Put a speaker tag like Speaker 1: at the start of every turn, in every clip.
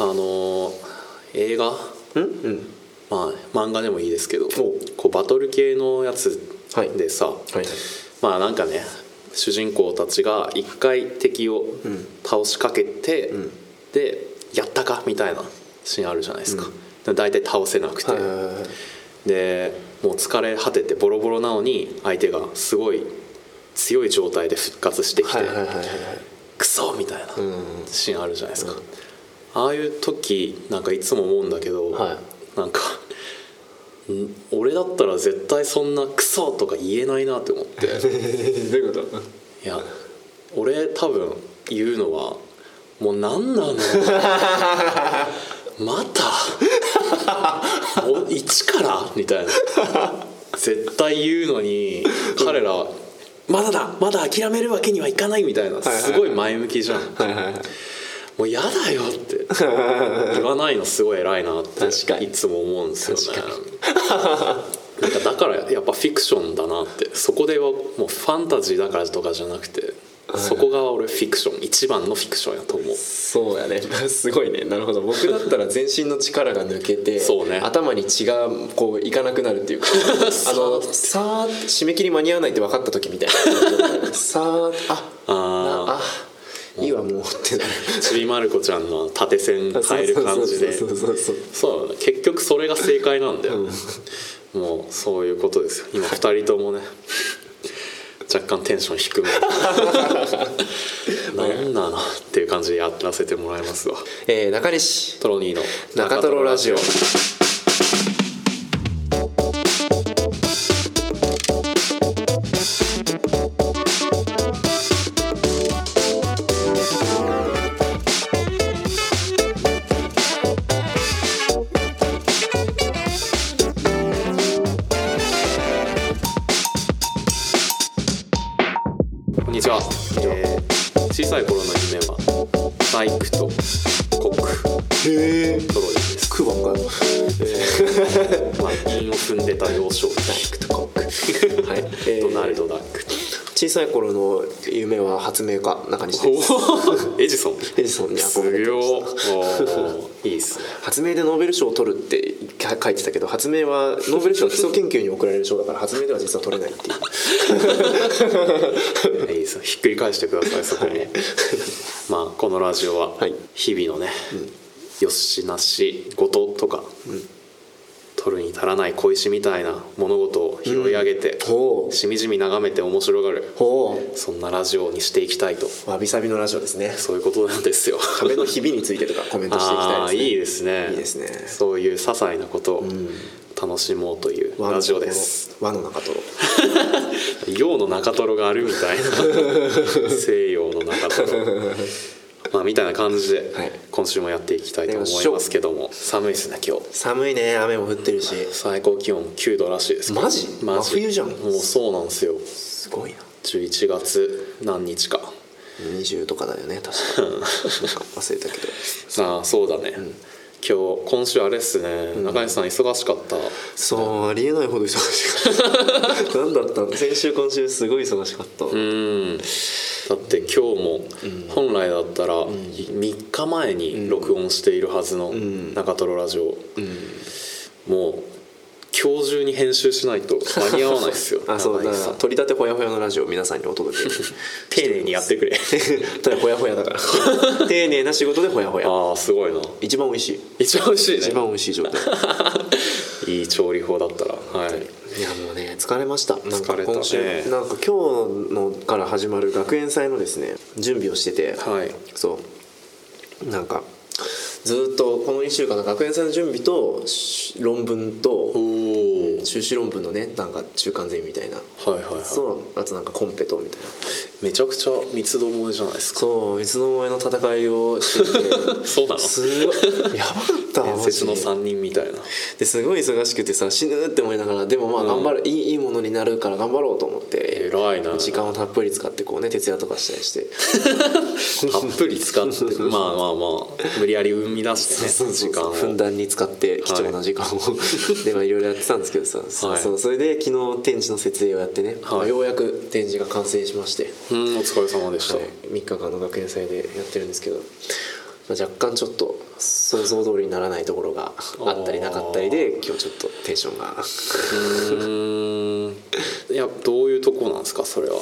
Speaker 1: あのー映画ん
Speaker 2: うん
Speaker 1: まあ漫画でもいいですけど
Speaker 2: お
Speaker 1: こうバトル系のやつ
Speaker 2: はい
Speaker 1: でさ、
Speaker 2: はい
Speaker 1: まあなんかね主人公たちが一回敵を
Speaker 2: ん
Speaker 1: 倒しかけて、
Speaker 2: ん
Speaker 1: でやったかみたいなシーンあるじゃないですか、で大体倒せなくて、
Speaker 2: はいはいはいはい
Speaker 1: でもう疲れ果ててボロボロなのに相手がすごい強い状態で復活してきて、
Speaker 2: はいはいはいはい
Speaker 1: クソみたいな
Speaker 2: うん
Speaker 1: シーンあるじゃないですか、
Speaker 2: うん
Speaker 1: ああいう時なんかいつも思うんだけど、
Speaker 2: は
Speaker 1: なんかん俺だったら絶対そんなクソとか言えないなって思って
Speaker 2: どういうこと
Speaker 1: いや俺多分言うのはもう何 なのまたもう一からみたいな絶対言うのに彼らまだだまだ諦めるわけにはいかないみたいな
Speaker 2: はいはい
Speaker 1: すごい前向きじゃん
Speaker 2: はいはいはい
Speaker 1: もう嫌だよって 言わないのすごい偉いなって
Speaker 2: 確かに
Speaker 1: いつも思うんですよねなんかだからやっぱフィクションだなってそこではもうファンタジーだからとかじゃなくてそこが俺フィクション一番のフィクションやと思う
Speaker 2: そうやねすごいねなるほど僕だったら全身の力が抜けて
Speaker 1: そうね
Speaker 2: 頭に血がこういかなくなるっていうかあのさあ締め切り間に合わないって分かった時みたいなさああ
Speaker 1: あ
Speaker 2: あいいわもうってなる
Speaker 1: あちびまる子ちゃんの縦線変える感じで
Speaker 2: そうそうそうそう
Speaker 1: そうだね結局それが正解なんだよ、もうそういうことですよ今2人ともね若干テンション低 めなんなのっていう感じでやらせてもらいますわ
Speaker 2: えー中西
Speaker 1: トロニーの
Speaker 2: 中トロラジオ
Speaker 1: こんにちは、えー小さい頃の夢は大工とコック
Speaker 2: へえ
Speaker 1: トロニーです、
Speaker 2: クワか
Speaker 1: えーまあ韻を踏んでた幼少期大工とコック、
Speaker 2: はいえー
Speaker 1: ドナルド・ダックと
Speaker 2: 小さい頃の夢は発明家中西です
Speaker 1: おおエジ ソン
Speaker 2: エジソンに
Speaker 1: す
Speaker 2: 憧れて
Speaker 1: ご
Speaker 2: ま
Speaker 1: い
Speaker 2: した
Speaker 1: おーいいっすね
Speaker 2: 発明でノーベル賞を取るって書いてたけど発明はノーベル賞は基礎研究に贈られる賞だから発明では実は取れないって
Speaker 1: い
Speaker 2: いう
Speaker 1: いですよひっくり返してくださいそこも、 まあこのラジオは
Speaker 2: はい
Speaker 1: 日々のね、よしなしごととか、取るに足らない小石みたいな物事を拾い上げて、
Speaker 2: ほ
Speaker 1: しみじみ眺めて面白がる
Speaker 2: うほ
Speaker 1: そんなラジオにしていきたいと
Speaker 2: うわびさびのラジオですね
Speaker 1: そういうことなんですよ
Speaker 2: 壁のひびについてとかコメントしていき
Speaker 1: あ
Speaker 2: た
Speaker 1: ー
Speaker 2: いですね
Speaker 1: いいですね
Speaker 2: いいですね
Speaker 1: そういう些細なことを楽しもうという
Speaker 2: 和の
Speaker 1: ラジオです、
Speaker 2: 和の中トロ
Speaker 1: 洋の中トロがあるみたいな西洋の中トロまあみたいな感じで
Speaker 2: はい
Speaker 1: 今週もやっていきたいと思いますけども寒いですね今日
Speaker 2: 寒いね雨も降ってるし
Speaker 1: 最高気温9度らしいです
Speaker 2: マジ
Speaker 1: マ
Speaker 2: 真
Speaker 1: ジ
Speaker 2: 冬じゃん
Speaker 1: もうそうなんですよ
Speaker 2: すごいな
Speaker 1: 11月何日か
Speaker 2: 20とかだよね 確かなんか忘れたけど
Speaker 1: さあそうだね、今日今週あれっすね、中西さん忙しかった
Speaker 2: そうありえないほど忙しかった 何だったの先週今週すごい忙しかった、
Speaker 1: うんだって今日も本来だったら3日前に録音しているはずの
Speaker 2: ん
Speaker 1: 中トロラジオ、もう今日中に編集しないと間に合わないですよ
Speaker 2: あそうだ
Speaker 1: 中
Speaker 2: か
Speaker 1: 西さ
Speaker 2: ら
Speaker 1: ん
Speaker 2: 取り立てほやほやのラジオを皆さんにお届け
Speaker 1: 丁寧にやってくれ
Speaker 2: ただほやほやだから 丁寧な仕事でほやほや
Speaker 1: ああすごいな
Speaker 2: 一番美味しい
Speaker 1: 一番美味しいね
Speaker 2: 一番美味しい状態
Speaker 1: いい調理法だったらはい
Speaker 2: いやもうね疲れましたなんか
Speaker 1: 疲れたね
Speaker 2: 今週、なんか今日のから始まる学園祭のですね準備をしてて、
Speaker 1: はい
Speaker 2: そうなんかずーっとこの1週間の学園祭の準備とし論文と
Speaker 1: お
Speaker 2: 修士論文のねなんか中間ゼミみたいな
Speaker 1: おはいはいはい
Speaker 2: そうあとなんかコンペとみたいな
Speaker 1: めちゃくちゃ三つどもえじゃないですか
Speaker 2: そういつの間にの戦いをしてて
Speaker 1: そうなの
Speaker 2: すごいやばか ったわ
Speaker 1: 伝説の
Speaker 2: マジで
Speaker 1: 3人みたいな
Speaker 2: ですごい忙しくてさ死ぬって思いながらでもまあ頑張る、いいいいものになるから頑張ろうと思って
Speaker 1: 偉いな
Speaker 2: 時間をたっぷり使ってこうね徹夜とかしたりして
Speaker 1: たっぷり使ってまあまあまあ無理やり生み出してね時間を
Speaker 2: ふんだんに使って貴重な時間を、 でまあいろいろやってたんですけどさ、そうそうそれで昨日展示の設営をやってね、
Speaker 1: はい
Speaker 2: まあようやく展示が完成しまして、
Speaker 1: うんお疲れ様でした、
Speaker 2: はい、3日間の学園祭でやってるんですけど、まあ、若干ちょっと想像通りにならないところがあったりなかったりで今日ちょっとテンションが
Speaker 1: うんいやどういうとこなんですかそれは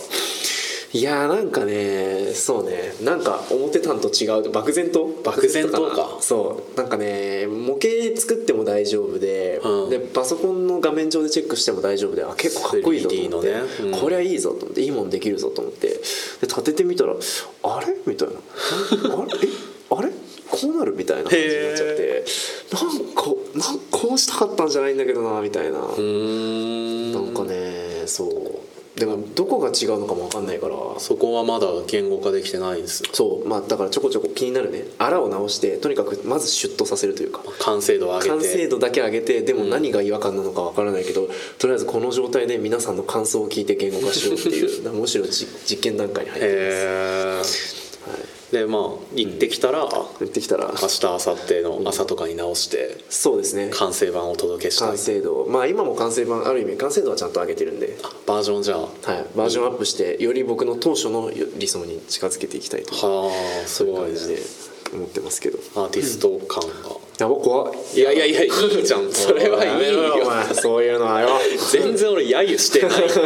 Speaker 1: い
Speaker 2: やーなんかねそうねなんか思ってたんと違う漠然と
Speaker 1: 漠然とか
Speaker 2: 漠なそうなんかね模型作っても大丈夫で,、
Speaker 1: うん
Speaker 2: でパソコンの画面上でチェックしても大丈夫であ結構かっこいいぞと思って、
Speaker 1: 3D のねうん
Speaker 2: これはいいぞと思っていいもんできるぞと思ってで立ててみたらあれみたいなあれえあれこうなるみたいな感じになっちゃってなんかなんかこうしたかったんじゃないんだけどなみたいな。
Speaker 1: うん
Speaker 2: なんかねそうでもどこが違うのかも分かんないから
Speaker 1: そこはまだ言語化できてないんです
Speaker 2: そうまあだからちょこちょこ気になるねあらを直してとにかくまずシュッとさせるというか
Speaker 1: 完成度を上げて
Speaker 2: 完成度だけ上げてでも何が違和感なのか分からないけど、とりあえずこの状態で皆さんの感想を聞いて言語化しようっていう むしろじ実験段階に入ってます、
Speaker 1: へーでまあ行ってきたら、
Speaker 2: やってきたら
Speaker 1: 明日明後日の朝とかに直して
Speaker 2: そうですね
Speaker 1: 完成版をお届けした
Speaker 2: 完
Speaker 1: い
Speaker 2: 成度まあ今も完成版ある意味完成度はちゃんと上げてるんで、
Speaker 1: バージョンじゃあ
Speaker 2: はい、バージョンアップしてより僕の当初の理想に近づけていきたいと
Speaker 1: はあす
Speaker 2: いう
Speaker 1: ごい
Speaker 2: 感
Speaker 1: ね
Speaker 2: じで思ってますけど
Speaker 1: アーティスト感が、
Speaker 2: やば怖っ
Speaker 1: いやいやいやいいじゃんそれはいい
Speaker 2: おいやめろお
Speaker 1: よ
Speaker 2: 前そういうのはよ
Speaker 1: 全然俺揶揄してないって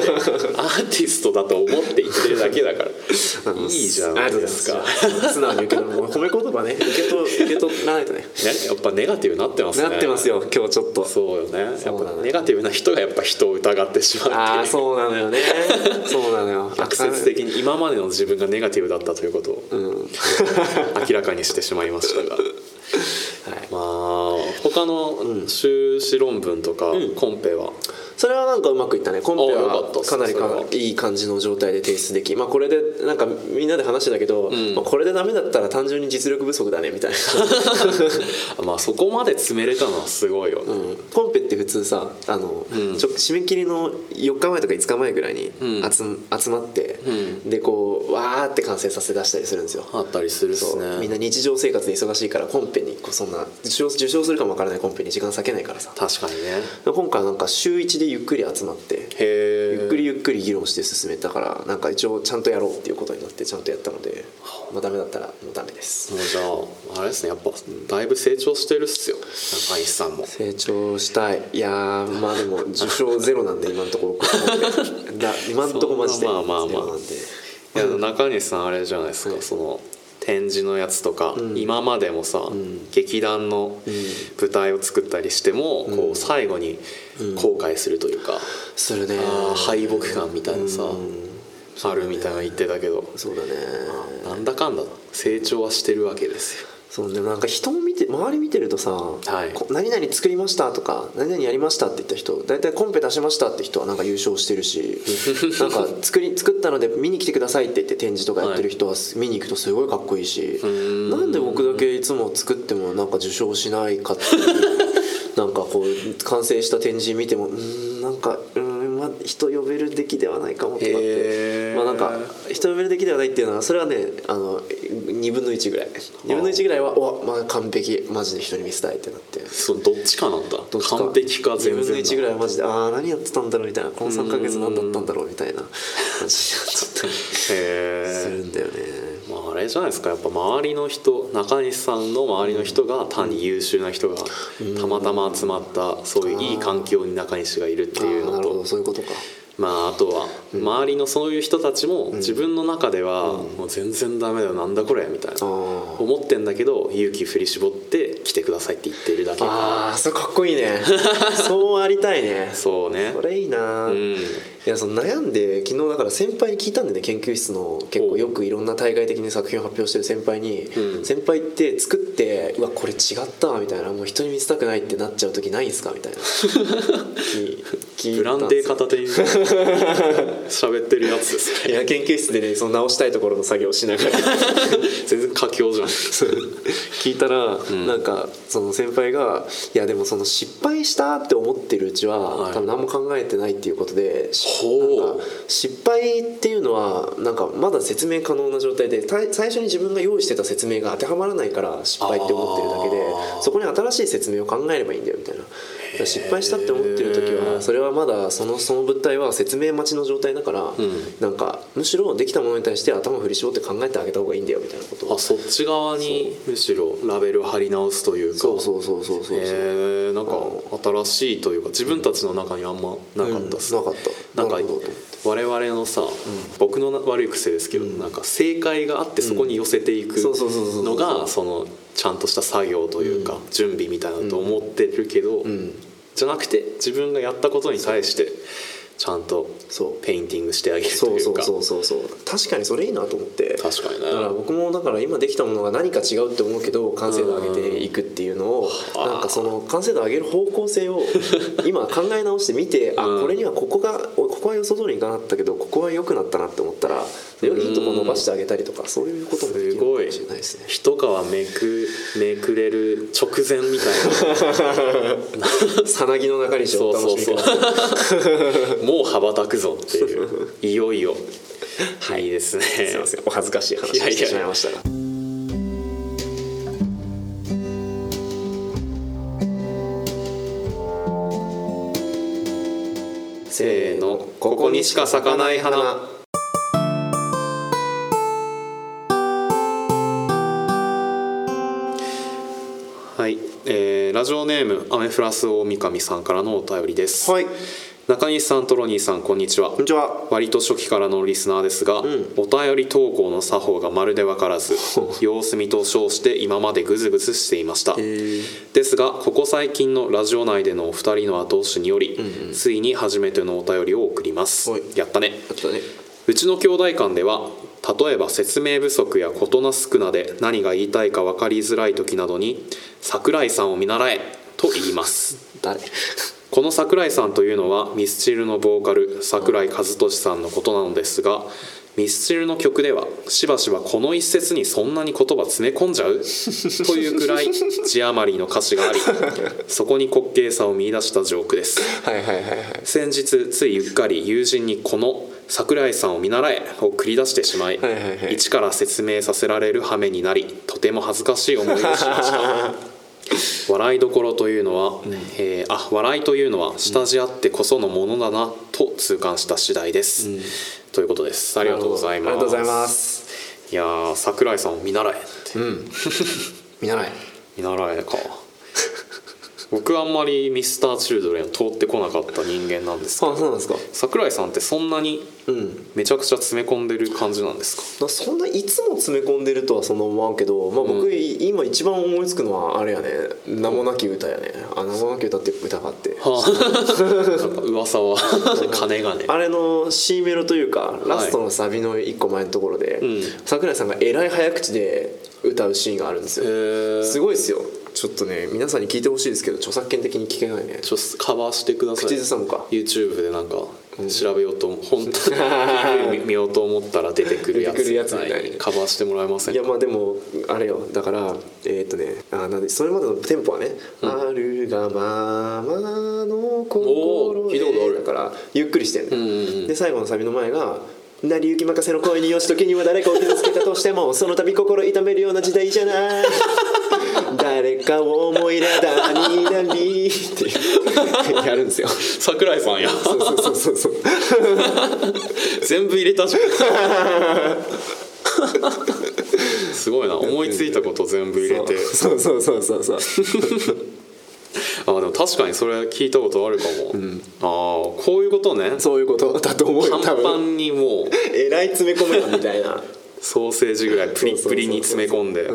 Speaker 1: アーティストだと思って言ってるだけだ からいいじゃないですか
Speaker 2: ありがとうございます 素直に受け取る褒め言葉ね受け取受け取らないとね
Speaker 1: ねやっぱネガティブになってますね
Speaker 2: なってますよ今日ちょっと
Speaker 1: そうよねやっ
Speaker 2: そうな
Speaker 1: ぱ
Speaker 2: の
Speaker 1: ネガティブな人がやっぱ人を疑ってしまうっていう
Speaker 2: ああそうなの よねそうなのよ
Speaker 1: 直接的に今までの自分がネガティブだったということを
Speaker 2: うん
Speaker 1: 明らかにしてしまいま したが
Speaker 2: はい
Speaker 1: まあ他の修士論文とかコンペは
Speaker 2: それはなんかうまくいったねコンペ
Speaker 1: あよかった
Speaker 2: は
Speaker 1: っす
Speaker 2: かなりか
Speaker 1: それはい
Speaker 2: い感じの状態で提出できまあこれでなんかみんなで話してたけど、
Speaker 1: ん
Speaker 2: まあこれでダメだったら単純に実力不足だねみたいな
Speaker 1: まあそこまで詰めれたのはすごいよね、
Speaker 2: コンペって普通さあの、ちょ締め切りの4日前とか5日前ぐらいに
Speaker 1: うん
Speaker 2: 集,、集まって、
Speaker 1: う
Speaker 2: でこうわーって完成させ出したりするんですよ。
Speaker 1: あったりするっす
Speaker 2: そう
Speaker 1: ね
Speaker 2: みんな日常生活で忙しいからコンペにこうそんな受賞受賞するかもわからないコンペに時間割けないからさ
Speaker 1: 確かにね
Speaker 2: 今回はなんか週1でゆっくり集まって
Speaker 1: へえ
Speaker 2: ゆっくりゆっくり議論して進めたからなんか一応ちゃんとやろうっていうことになってちゃんとやったので、まあ、ダメだったらもうダメです
Speaker 1: もうじゃああれですねやっぱだいぶ成長してるっすよ中西さんも
Speaker 2: 成長したいいやーまあでも受賞ゼロなんで今のと ころだ今のところマジで
Speaker 1: そんなまあまあまあ
Speaker 2: ゼロなんで
Speaker 1: いや中西さんあれじゃないですか、その展示のやつとか、今までもさ、劇団の舞台を作ったりしても、こう最後に後悔するというか、
Speaker 2: するね
Speaker 1: あー敗北感みたいなさ、あるみたいな言ってたけど、
Speaker 2: そうだね
Speaker 1: なんだかんだ成長はしてるわけですよ
Speaker 2: そうでもなんか人を見て周り見てるとさ、
Speaker 1: い
Speaker 2: こ何々作りましたとか何々やりましたって言った人大体コンペ出しましたって人はなんか優勝して るしなんか作り作ったので見に来てくださいって言って展示とかやってる人はす見に行くとすごいかっこいいし、
Speaker 1: ん
Speaker 2: なんで僕だけいつも作ってもなんか受賞しないかっ ていうなんかこう完成した展示見てもうーんなんかうーん、まあ、人呼べる出来ではないかもとかって
Speaker 1: へー
Speaker 2: まあなんか一目べる出来ではないっていうのはそれはねあの2分の1ぐらい2分の1ぐらいはうわ、まあ、完璧マジで人に見せたいってなって
Speaker 1: そうどっちかなんだ
Speaker 2: どっち
Speaker 1: 完璧か全
Speaker 2: 2分の
Speaker 1: 然
Speaker 2: 1
Speaker 1: だ
Speaker 2: ぐらいはマジでああ何やってたんだろうみたいなこの3ヶ月何だったんだろうみたいな感じになっちゃったりす
Speaker 1: へ
Speaker 2: るんだよね
Speaker 1: え、まあ、あれじゃないですかやっぱ周りの人中西さんの周りの人が単に優秀な人がたまたま集まったそういういい環境に中西がいるっていう
Speaker 2: あーな
Speaker 1: の
Speaker 2: るほど
Speaker 1: と
Speaker 2: そういうことか
Speaker 1: まああとは周りのそういう人たちも自分の中ではもう全然ダメだよなんだこれみたい
Speaker 2: あ
Speaker 1: な
Speaker 2: ー
Speaker 1: 思ってんだけど勇気振り絞って来てくださいって言ってるだけ
Speaker 2: あーそれかっこいい ねそうありたいね
Speaker 1: そうね
Speaker 2: それいいな、
Speaker 1: うん
Speaker 2: いやその悩んで昨日だから先輩に聞いたんでね研究室の結構よくいろんな対外的に作品を発表してる先輩に、
Speaker 1: うん
Speaker 2: 先輩って作ってうわこれ違ったわみたいなもう人に見せたくないってなっちゃう時ないんすかみた いな聞聞い
Speaker 1: ブ
Speaker 2: た
Speaker 1: ラ
Speaker 2: ん
Speaker 1: ン
Speaker 2: で
Speaker 1: デ
Speaker 2: す
Speaker 1: ー
Speaker 2: よ
Speaker 1: 片手に 喋ってるやつです
Speaker 2: い
Speaker 1: ね
Speaker 2: や研究室でねその直したいところの作業をしながら
Speaker 1: 全然佳境じゃん
Speaker 2: 聞いたら、なんかその先輩が「いやでもその失敗したって思ってるうちは、
Speaker 1: はい
Speaker 2: 多分何も考えてないっていうことで
Speaker 1: ほう
Speaker 2: なんか失敗っていうのはなんかまだ説明可能な状態でたい最初に自分が用意してた説明が当てはまらないから失敗って思ってるだけで
Speaker 1: あー
Speaker 2: そそこに新しい説明を考えればいいんだよみたいなだから失敗したって思ってる時はそれはまだそのその物体は説明待ちの状態だから、なんかむしろできたものに対して頭振り絞って考えてあげた方がいいんだよみたいなことを
Speaker 1: あそっち側にむしろラベルを貼り直すというか
Speaker 2: そうそうそうそうそうそう、
Speaker 1: えー、なんか新しいというか自分たちの中にあんまなかったっす、
Speaker 2: うんなかった
Speaker 1: なんか
Speaker 2: なるほどと思っ
Speaker 1: 我々のさ、僕の悪い癖ですけど、なんか正解があってそこに寄せていく
Speaker 2: んそうそうそうそうそう
Speaker 1: のがそのちゃんとした作業というか、準備みたいなのと思ってるけど、じゃなくて自分がやったことに対してちゃんと
Speaker 2: そう
Speaker 1: ペインティングしてあげると
Speaker 2: そう
Speaker 1: い
Speaker 2: そうう
Speaker 1: か
Speaker 2: そうそうそう確かにそれいいなと思って
Speaker 1: 確かにね
Speaker 2: だから僕もだから今できたものが何か違うって思うけど完成度上げていくっていうのを
Speaker 1: うん
Speaker 2: なんかその完成度上げる方向 性を今考え直してみてあ
Speaker 1: うん
Speaker 2: これにはここがおここは予想通りにいかなかったけどここは良くなったなって思ったらよりいいとこ伸ばしてあげたりとかそういうこともできる
Speaker 1: す
Speaker 2: のか
Speaker 1: ごい
Speaker 2: もしれないですね。
Speaker 1: 一皮めくめくれる直前みたい
Speaker 2: さなぎの中にしよ
Speaker 1: そうう
Speaker 2: お楽し
Speaker 1: そう
Speaker 2: み
Speaker 1: そう
Speaker 2: ください
Speaker 1: なもう羽ばたくぞっていういよいよはいいいですね
Speaker 2: すいませんお恥ずかしい話をしてしまいましたが。
Speaker 1: せーのここにしか咲かない花はい、えーラジオネームアメフラス大神さんからのお便りです、
Speaker 2: はい
Speaker 1: 中西さんトロニーさんこんにちは
Speaker 2: こんにちは
Speaker 1: 割と初期からのリスナーですが、お便り投稿の作法がまるで分からず様子見と称して今までグズグズしていましたですがここ最近のラジオ内でのお二人の後押しにより、ついに初めてのお便りを送ります
Speaker 2: はい
Speaker 1: やったね
Speaker 2: あとね
Speaker 1: うちの兄弟間では例えば説明不足や事なすくなで何が言いたいか分かりづらい時などに「桜井さんを見習え」と言います
Speaker 2: 誰
Speaker 1: この桜井さんというのはミスチルのボーカル桜井和寿さんのことなのですがミスチルの曲ではしばしばこの一節にそんなに言葉詰め込んじゃうというくらい字余りの歌詞がありそこに滑稽さを見出したジョークです
Speaker 2: はいはいはいはい
Speaker 1: 先日ついゆっかり友人にこの「桜井さんを見習え」を繰り出してしまい,、
Speaker 2: はいはいはい
Speaker 1: 一から説明させられる羽目になりとても恥ずかしい思いをしました 笑いどころというのは、えーあ笑いというのは下地あってこそのものだなと痛感した次第です、ということですありがとうございます
Speaker 2: ありがとうございます
Speaker 1: いやー桜井さんを見習えって、
Speaker 2: 見習い
Speaker 1: 見習 えか僕あんまりミスターチルドレンを通ってこなかった人間なんですけど
Speaker 2: そうそうなんですか
Speaker 1: 桜井さんってそんなに
Speaker 2: うん
Speaker 1: めちゃくちゃ詰め込んでる感じなんですか
Speaker 2: だそんないつも詰め込んでるとはそんな思わんけど、まあ、僕、い今一番思いつくのはあれやね名もなき歌やねあ名もなき歌って歌があって
Speaker 1: なんか噂は金がね
Speaker 2: あれの C メロというかラストのサビの一個前のところで、
Speaker 1: ん
Speaker 2: 桜井さんがえらい早口で歌うシーンがあるんですよすごいですよちょっとね皆さんに聞いてほしいですけど著作権的に聞けないね
Speaker 1: ちょっとカバーしてくださ
Speaker 2: 口
Speaker 1: い
Speaker 2: ずさむか
Speaker 1: YouTube でなんか調べようと思本当 に見ようと思ったら出てくるや
Speaker 2: 出てく
Speaker 1: つ
Speaker 2: るやつみたいに
Speaker 1: はいカバーしてもらえません
Speaker 2: いや
Speaker 1: か
Speaker 2: まあでもあれよだからえーっとねあーなんでそれまでのテンポはね「あるがままの心
Speaker 1: おー聞いたことある
Speaker 2: だからゆっくりしてんのよ
Speaker 1: うんうんうん
Speaker 2: で最後のサビの前が「成り行き任せの恋によし時には誰かを傷つけたとしてもその度心痛めるような時代じ ゃない」「誰かを思い出だになり」ってやるんですよ
Speaker 1: 桜井さんや
Speaker 2: そうそうそうそうそう
Speaker 1: 全部入れたじゃ んすごいな思いついたこと全部入れて
Speaker 2: そうそうそうそうそう
Speaker 1: あでも確かにそれ聞いたことあるかも、ああこういうことね
Speaker 2: そういうことだと思うよ多
Speaker 1: パンパ
Speaker 2: 分
Speaker 1: ンにもう
Speaker 2: えらい詰め込めたみたいな
Speaker 1: ソーセージぐらいプリップリに詰め込んで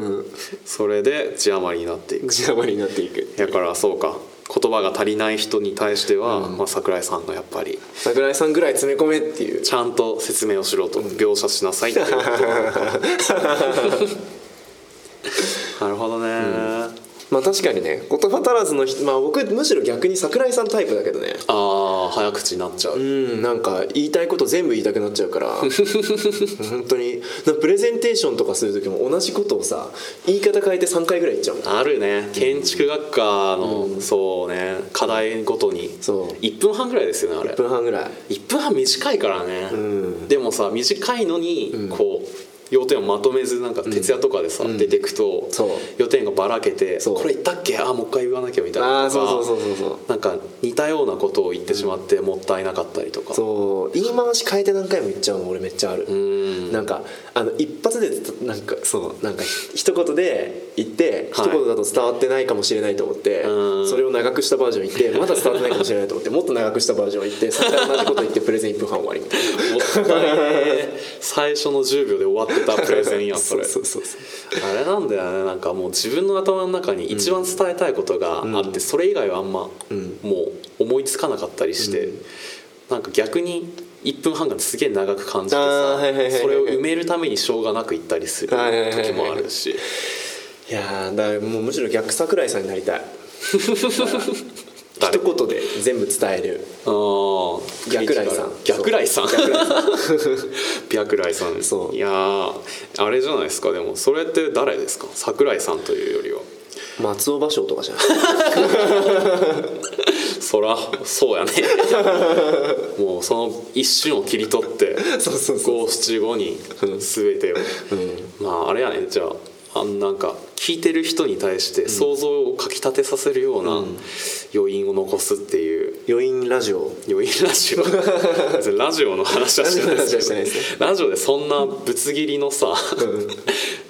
Speaker 1: それで字余りになっていく
Speaker 2: 口余りになっていく
Speaker 1: だからそうか言葉が足りない人に対しては、まあ、桜井さんがやっぱり
Speaker 2: 桜井さんぐらい詰め込めっていう
Speaker 1: ちゃんと説明をしろと描写しなさいっていうこと なのかなるほどね、
Speaker 2: まあ確かにね言葉足らずの人まあ僕むしろ逆に桜井さんタイプだけどね
Speaker 1: ああ早口になっちゃう、
Speaker 2: うんなんか言いたいこと全部言いたくなっちゃうから本当になんかプレゼンテーションとかする時も同じことをさ言い方変えて3回ぐらい言っちゃうもん
Speaker 1: あるね建築学科の、そうね課題ごとに
Speaker 2: そう
Speaker 1: 1分半ぐらいですよねあれ
Speaker 2: 1分半ぐらい
Speaker 1: 1分半短いからね、
Speaker 2: ん
Speaker 1: でもさ短いのにこう、要点をまとめずなんか徹夜とかでさ、
Speaker 2: ん
Speaker 1: 出てくと
Speaker 2: そう
Speaker 1: 要点がばらけて
Speaker 2: そう
Speaker 1: これ言ったっけあーもう一回言わなきゃみたい
Speaker 2: あ
Speaker 1: な
Speaker 2: あ
Speaker 1: と
Speaker 2: そう
Speaker 1: か
Speaker 2: そうそうそうそう
Speaker 1: なんか似たようなことを言ってしまってもったいなかったりとか
Speaker 2: そう言い回し変えて何回も言っちゃうの俺めっちゃある、
Speaker 1: うん
Speaker 2: なんかあの一発でなんかそうなんかひ一言で言って、
Speaker 1: はい
Speaker 2: 一言だと伝わってないかもしれないと思って
Speaker 1: うん
Speaker 2: それを長くしたバージョン言ってまだ伝わってないかもしれないと思ってもっと長くしたバージョン言ってそれから同じこと言ってプレゼン1分半終わりみたいな
Speaker 1: もったいねえ最初の10秒で終わってたプレゼンやんそれ
Speaker 2: そうそうそう
Speaker 1: あれなんだよねなんかもう自分の頭の中に一番伝えたいことがあって、それ以外はあんまも
Speaker 2: ん
Speaker 1: う思いつかなかったりして、なんか逆に1分半がすげえ長く感じて
Speaker 2: あー
Speaker 1: さ
Speaker 2: はいはいはいはい
Speaker 1: それを埋めるためにしょうがなく行ったりする
Speaker 2: はいはいはいはい
Speaker 1: 時もあるし
Speaker 2: いやーだからもうむしろ逆桜井さんになりたい一
Speaker 1: 誰
Speaker 2: 言で全部伝える
Speaker 1: あー
Speaker 2: 逆来さん
Speaker 1: 逆来さん
Speaker 2: 逆来さん
Speaker 1: 白来さん
Speaker 2: そう
Speaker 1: いやーあれじゃないですかでもそれって誰ですか桜井さんというよりは
Speaker 2: 松尾芭蕉とか じゃない
Speaker 1: そらそう やねもうその一瞬を切り取って
Speaker 2: そうそうそう
Speaker 1: 五七五に全てを、まああれやねじゃああんなんか聞いてる人に対して想像をかきたてさせるような余韻を残すっていう
Speaker 2: 余韻ラジオ
Speaker 1: 余韻ラジオ 別にラジオの話はしてない
Speaker 2: ラジオの話はしてない
Speaker 1: で
Speaker 2: です
Speaker 1: けどラジオでそんなぶつ切りのさ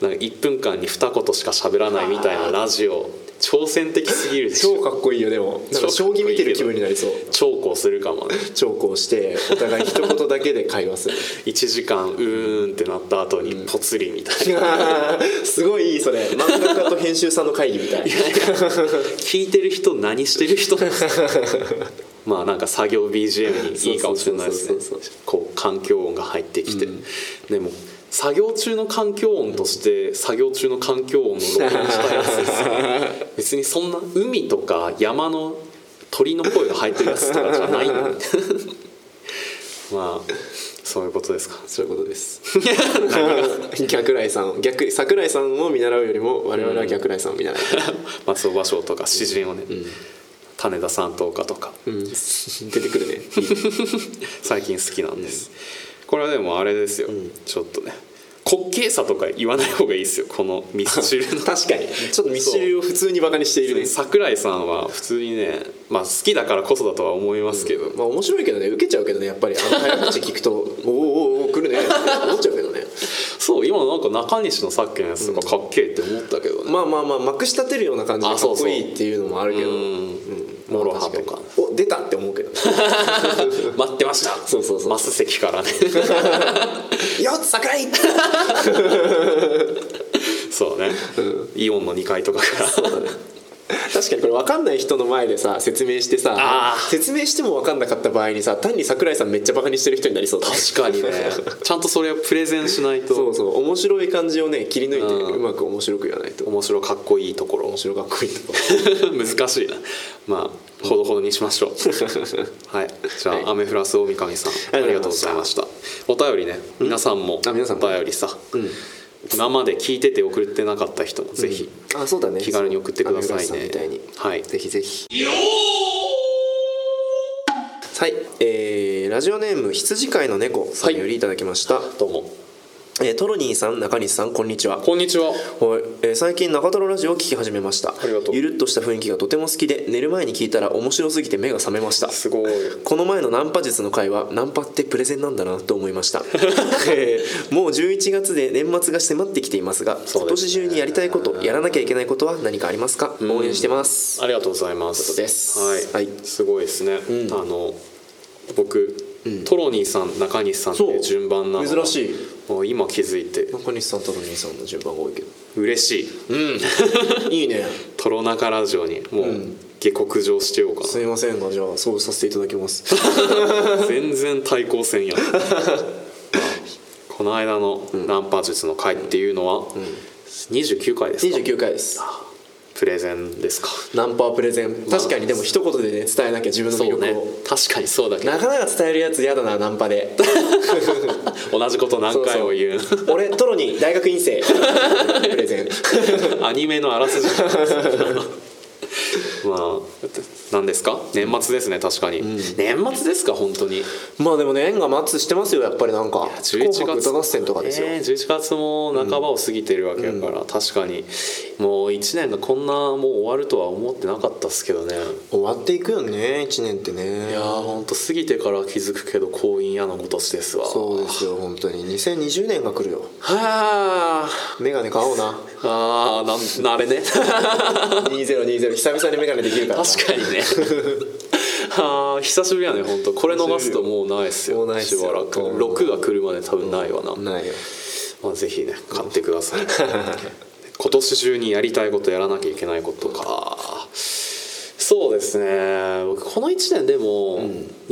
Speaker 1: なんか1分間に2言しか喋らないみたいなラジオ挑戦的すぎるでしょ
Speaker 2: 超かっこいいよでもなんか
Speaker 1: 超
Speaker 2: 将
Speaker 1: かっこいいけど
Speaker 2: 棋見てる気分になりそう
Speaker 1: 超こうするかもね
Speaker 2: 長考してお互い一言だけで会話する
Speaker 1: 1時間うーんってなった後にぽつりみたいな、
Speaker 2: すごいいいそれ漫画家と編集さんの会議み たい
Speaker 1: 聞いてる人何してる 人なんですかまあなんか作業 BGM にいいかもしれないですね
Speaker 2: そうそうそう
Speaker 1: こう環境音が入ってきて、でも作業中の環境音として作業中の環境音の録音したやつですよ 別にそんな海とか山の鳥の声が入ってるやつとかじゃない のにまあそういうことですか
Speaker 2: そういうことです逆来さんを逆桜井さんを見習うよりも我々は逆来さんを見習いたい、
Speaker 1: 松尾芭蕉とか詩人をね、種田三等家とか
Speaker 2: うん、出てくるね
Speaker 1: 最近好きなんです、これはでもあれですよ、ちょっとね滑稽さとか言わない方がいいですよこのミスチル の
Speaker 2: 確かにちょっとミスチルを普通にバカにしているね
Speaker 1: 桜井さんは普通にね、まあ、好きだからこそだとは思いますけど、
Speaker 2: まあ面白いけどね受けちゃうけどねやっぱりあの早口聞くとおーおーおー来るねって思っちゃうけどね
Speaker 1: そう今なんか中西のさっきのやつとかかっけえって思ったけどね、
Speaker 2: まあまあまあまくし立てるような感じでか
Speaker 1: あ
Speaker 2: っ
Speaker 1: そうそう
Speaker 2: こいいっていうのもあるけど
Speaker 1: うんモロハとか
Speaker 2: お出たって思う けど
Speaker 1: 待ってました
Speaker 2: そうそうそう
Speaker 1: マス席からね
Speaker 2: よっ桜井
Speaker 1: そうね、イオンの2階とかから
Speaker 2: 確かにこれ分かんない人の前でさ説明してさ
Speaker 1: あー
Speaker 2: 説明しても分かんなかった場合にさ単に桜井さんめっちゃバカにしてる人になりそうだね
Speaker 1: 確かにね ちゃんとそれをプレゼンしないと
Speaker 2: そうそう面白い感じをね切り抜いて
Speaker 1: うん
Speaker 2: うまく面白く言わないと面
Speaker 1: 面白かっこいいところを
Speaker 2: 白かっこいいとか
Speaker 1: 難しいなまあほどほどにしましょう はいじゃあ、
Speaker 2: はい
Speaker 1: アメフラス大神さんあ
Speaker 2: あり
Speaker 1: りがと
Speaker 2: がと
Speaker 1: うござ
Speaker 2: うござ
Speaker 1: い
Speaker 2: い
Speaker 1: ま
Speaker 2: ま
Speaker 1: し
Speaker 2: した
Speaker 1: お便りね皆さんも
Speaker 2: あ皆さんも
Speaker 1: お便りさ、
Speaker 2: ん
Speaker 1: 今まで聞いてて送ってなかった人もぜひ
Speaker 2: あそうだね
Speaker 1: 気軽に送ってくださいね、
Speaker 2: そう雨村さんみたいに
Speaker 1: はい
Speaker 2: ぜひぜひはい、えーラジオネーム羊飼いの猫さんよりいただきました、
Speaker 1: どうも
Speaker 2: えートロニーさん中西さんこんにちは
Speaker 1: こんにちは
Speaker 2: はい、えー最近中トロラジオを聞き始めました
Speaker 1: りがとう
Speaker 2: ゆるっとした雰囲気がとても好きで寝る前に聞いたら面白すぎて目が覚めました
Speaker 1: すごい
Speaker 2: この前のナンパ術の回はナンパってプレゼンなんだなと思いま した、えーもう11月で年末が迫ってきていますが
Speaker 1: そう
Speaker 2: 今
Speaker 1: ですね
Speaker 2: 年中にやりたいことやらなきゃいけないことは何かありますか応援してます
Speaker 1: ありがとうございます
Speaker 2: とです
Speaker 1: はい、
Speaker 2: はい
Speaker 1: すごいですね、
Speaker 2: ん
Speaker 1: あの僕、トロニーさん中西さんっていう順番なのが
Speaker 2: 珍しい
Speaker 1: もう今気づいて
Speaker 2: 中西さんとの兄さんの順番が多いけど
Speaker 1: 嬉しい
Speaker 2: いいね
Speaker 1: トロナカラジオにもう下克上してようか
Speaker 2: すいませんがじゃあそうさせていただきます
Speaker 1: な、全然対抗戦 やんまあこの間のナンパ術の回っていうのは29回ですか
Speaker 2: 29回です
Speaker 1: プレゼンですか
Speaker 2: ナンパプレゼン 確かにでも一言でね伝えなきゃ自分の
Speaker 1: そ
Speaker 2: 魅
Speaker 1: う
Speaker 2: 力
Speaker 1: ね
Speaker 2: を、
Speaker 1: 確かにそうだけど
Speaker 2: なかなか伝えるやつ嫌だなナンパ で
Speaker 1: 同じこと何回も言う
Speaker 2: そうそう俺トロに大学院 生プレゼン
Speaker 1: アニメのあらすじまあ何ですか年末ですね確かに、年末ですか本当に
Speaker 2: まあでもね縁が待つしてますよやっぱりなんか「
Speaker 1: 11
Speaker 2: 紅
Speaker 1: 月
Speaker 2: 白歌合戦」とかですよ、
Speaker 1: ねえ11月も半ばを過ぎてるわけやから、確かにもう1年がこんなもう終わるとは思ってなかったっすけどね
Speaker 2: 終わっていくよね1年ってね
Speaker 1: いやーほんと過ぎてから気づくけど婚姻やのごとしですわ
Speaker 2: そうですよ本当に2020年が来るよ
Speaker 1: は
Speaker 2: メガネ買おうな
Speaker 1: ああーなんあれね
Speaker 2: 2020久々にメガネできるからな
Speaker 1: 確かにねあー久しぶりやね本当これ逃すともうないっすよ
Speaker 2: もうないっす
Speaker 1: し
Speaker 2: よ
Speaker 1: ばらく
Speaker 2: うん
Speaker 1: 6が来るまで多分ないわな、
Speaker 2: ないよ
Speaker 1: まあ、ぜひね買ってくだ さい今年中にやりたいことやらなきゃいけないことかそうですね僕この1年でも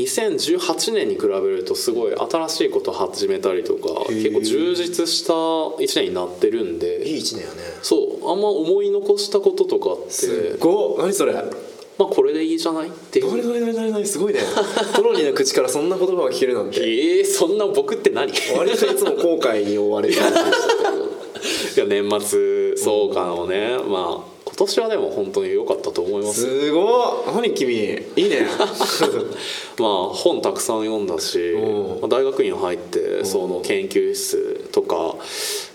Speaker 1: 2018年に比べるとすごい新しいこと始めたりとか
Speaker 2: へー
Speaker 1: 結構充実した1年になってるん
Speaker 2: い
Speaker 1: で
Speaker 2: い1年よね
Speaker 1: そうあんま思い残したこととかって
Speaker 2: ごい何それ
Speaker 1: まあこれでいいじゃないっていう
Speaker 2: どれどれどれどれどれす ごいねトロニーの口からそんな言葉が聞けるなんて
Speaker 1: えー、そんな僕って 何い
Speaker 2: 割といつも後悔に追われてるんですけど
Speaker 1: や年末そうかもね、まあ今年はでも本当に良かったと思います
Speaker 2: すごい何君い いね
Speaker 1: まあ本たくさん読んだし、
Speaker 2: うん
Speaker 1: まあ大学院入ってその研究室とか、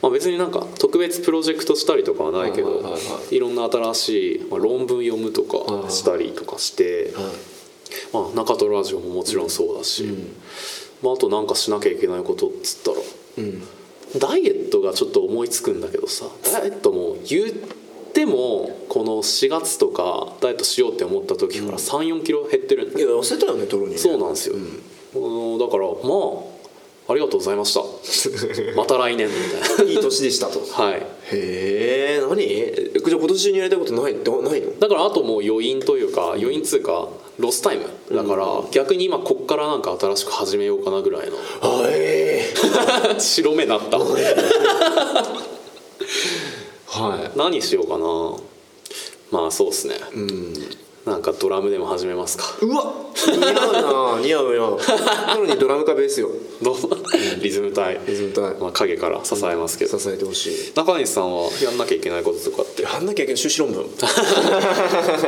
Speaker 1: まあ、別になんか特別プロジェクトしたりとかはないけど、
Speaker 2: は
Speaker 1: い
Speaker 2: いはいはいはい
Speaker 1: ろんな新しい、まあ、論文読むと
Speaker 2: はいは
Speaker 1: か
Speaker 2: い
Speaker 1: したりとかして、まあ、中トラジオももちろんそうだし、まあ、あとなんかしなきゃいけないことっつったら
Speaker 2: うん
Speaker 1: ダイエットがちょっと思いつくんだけどさダイエットも言ってもこの4月とかダイエットしようって思った時から34キロ減ってるんだ
Speaker 2: いや痩せたよねトロニー
Speaker 1: そうなんですよ、うんだからまあありがとうございま したまた来年みたい
Speaker 2: いい年でしたと
Speaker 1: なはい
Speaker 2: へえ何えじゃあ今年中にやりたいことないってないの
Speaker 1: だからあともう余韻というか余韻つうかロスタイムだから逆に今こっからなんか新しく始めようかなぐら いの
Speaker 2: あええ
Speaker 1: 白目な った
Speaker 2: は
Speaker 1: 何しようかなまあそうっすね
Speaker 2: いうん
Speaker 1: なんかドラムでも始めますか
Speaker 2: うわ似 合うな似合う似合うなのにドラムかベースよ
Speaker 1: どうぞリズム隊
Speaker 2: リズム隊
Speaker 1: まあ、影から支えますけど
Speaker 2: 支えてほしい
Speaker 1: 中西さんはやんなきゃいけないこととか って
Speaker 2: やんなきゃいけない修士論文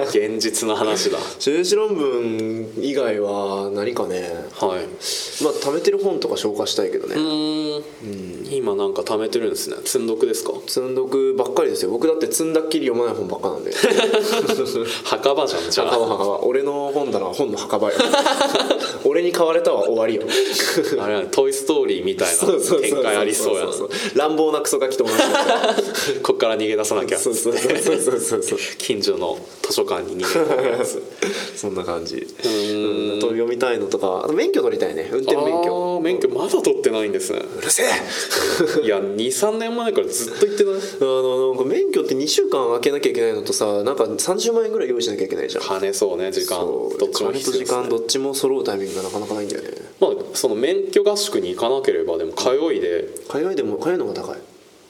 Speaker 1: 現実の話だ
Speaker 2: 修士論文以外は何かね
Speaker 1: はい
Speaker 2: まあ貯めてる本とか消化したいけどね、
Speaker 1: うーん今なんか貯めてるんですね積んどくですか
Speaker 2: 積んどくばっかりですよ僕だって積んだっきり読まない本ばっ かなんで
Speaker 1: 墓場じゃんじゃ
Speaker 2: 墓
Speaker 1: あ
Speaker 2: 場墓場俺の本棚は本 の墓場よ俺に買われたは終わりよ
Speaker 1: あれは「トイ・ストーリー」みたいな展開ありそうやな
Speaker 2: そうそう乱暴なクソガキと同じだ
Speaker 1: こっから逃げ出さなきゃ
Speaker 2: そうそうそうそうそうそう
Speaker 1: 近所の図書館に逃げるやつ
Speaker 2: そんな感じ
Speaker 1: ーん
Speaker 2: うん読みたいのとかあと免許取りたいね運転免許
Speaker 1: あー免許まだ取ってないんですね
Speaker 2: うるせえ
Speaker 1: いや23年前からずっと言ってない
Speaker 2: あのなんか免許って2週間空けなきゃいけないのとさなんか30万円ぐらい用意しなきゃいけないじゃん
Speaker 1: 金そうね時間
Speaker 2: そ
Speaker 1: ど
Speaker 2: う
Speaker 1: っちも
Speaker 2: 金と
Speaker 1: 必要
Speaker 2: 時
Speaker 1: ですね
Speaker 2: 間どっちも揃うタイミングがなかなかないんだよね
Speaker 1: まあその免許合宿に行かなければでも通いで
Speaker 2: 海外でも海外の方が高い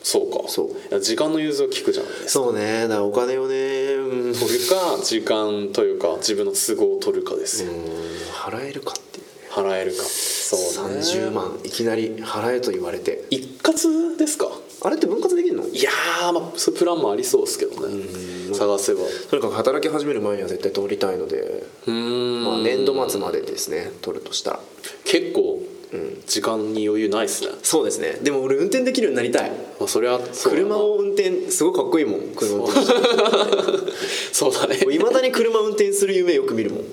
Speaker 1: そうか
Speaker 2: そう
Speaker 1: いや時間の融通は効くじゃないですか
Speaker 2: そうねだからお金をねうん
Speaker 1: 取るか時間というか自分の都合を取るかですよ
Speaker 2: 払えるかっていうね
Speaker 1: 払えるかそうね
Speaker 2: 30万いきなり払えと言われて
Speaker 1: 一括ですか
Speaker 2: あれって分割できるの
Speaker 1: いやーまあそういうプランもありそうですけどね探せば
Speaker 2: とにかく働き始める前には絶対取りたいので、
Speaker 1: うん
Speaker 2: まあ、年度末までですね取るとしたら
Speaker 1: 結構時間に余裕ないですね、
Speaker 2: そうですねでも俺運転できるようになりたい
Speaker 1: まあ、それはそうだな
Speaker 2: 車を運転すごいかっこいいもん車運転
Speaker 1: そうだね
Speaker 2: いまだに車運転する夢よく見 るもん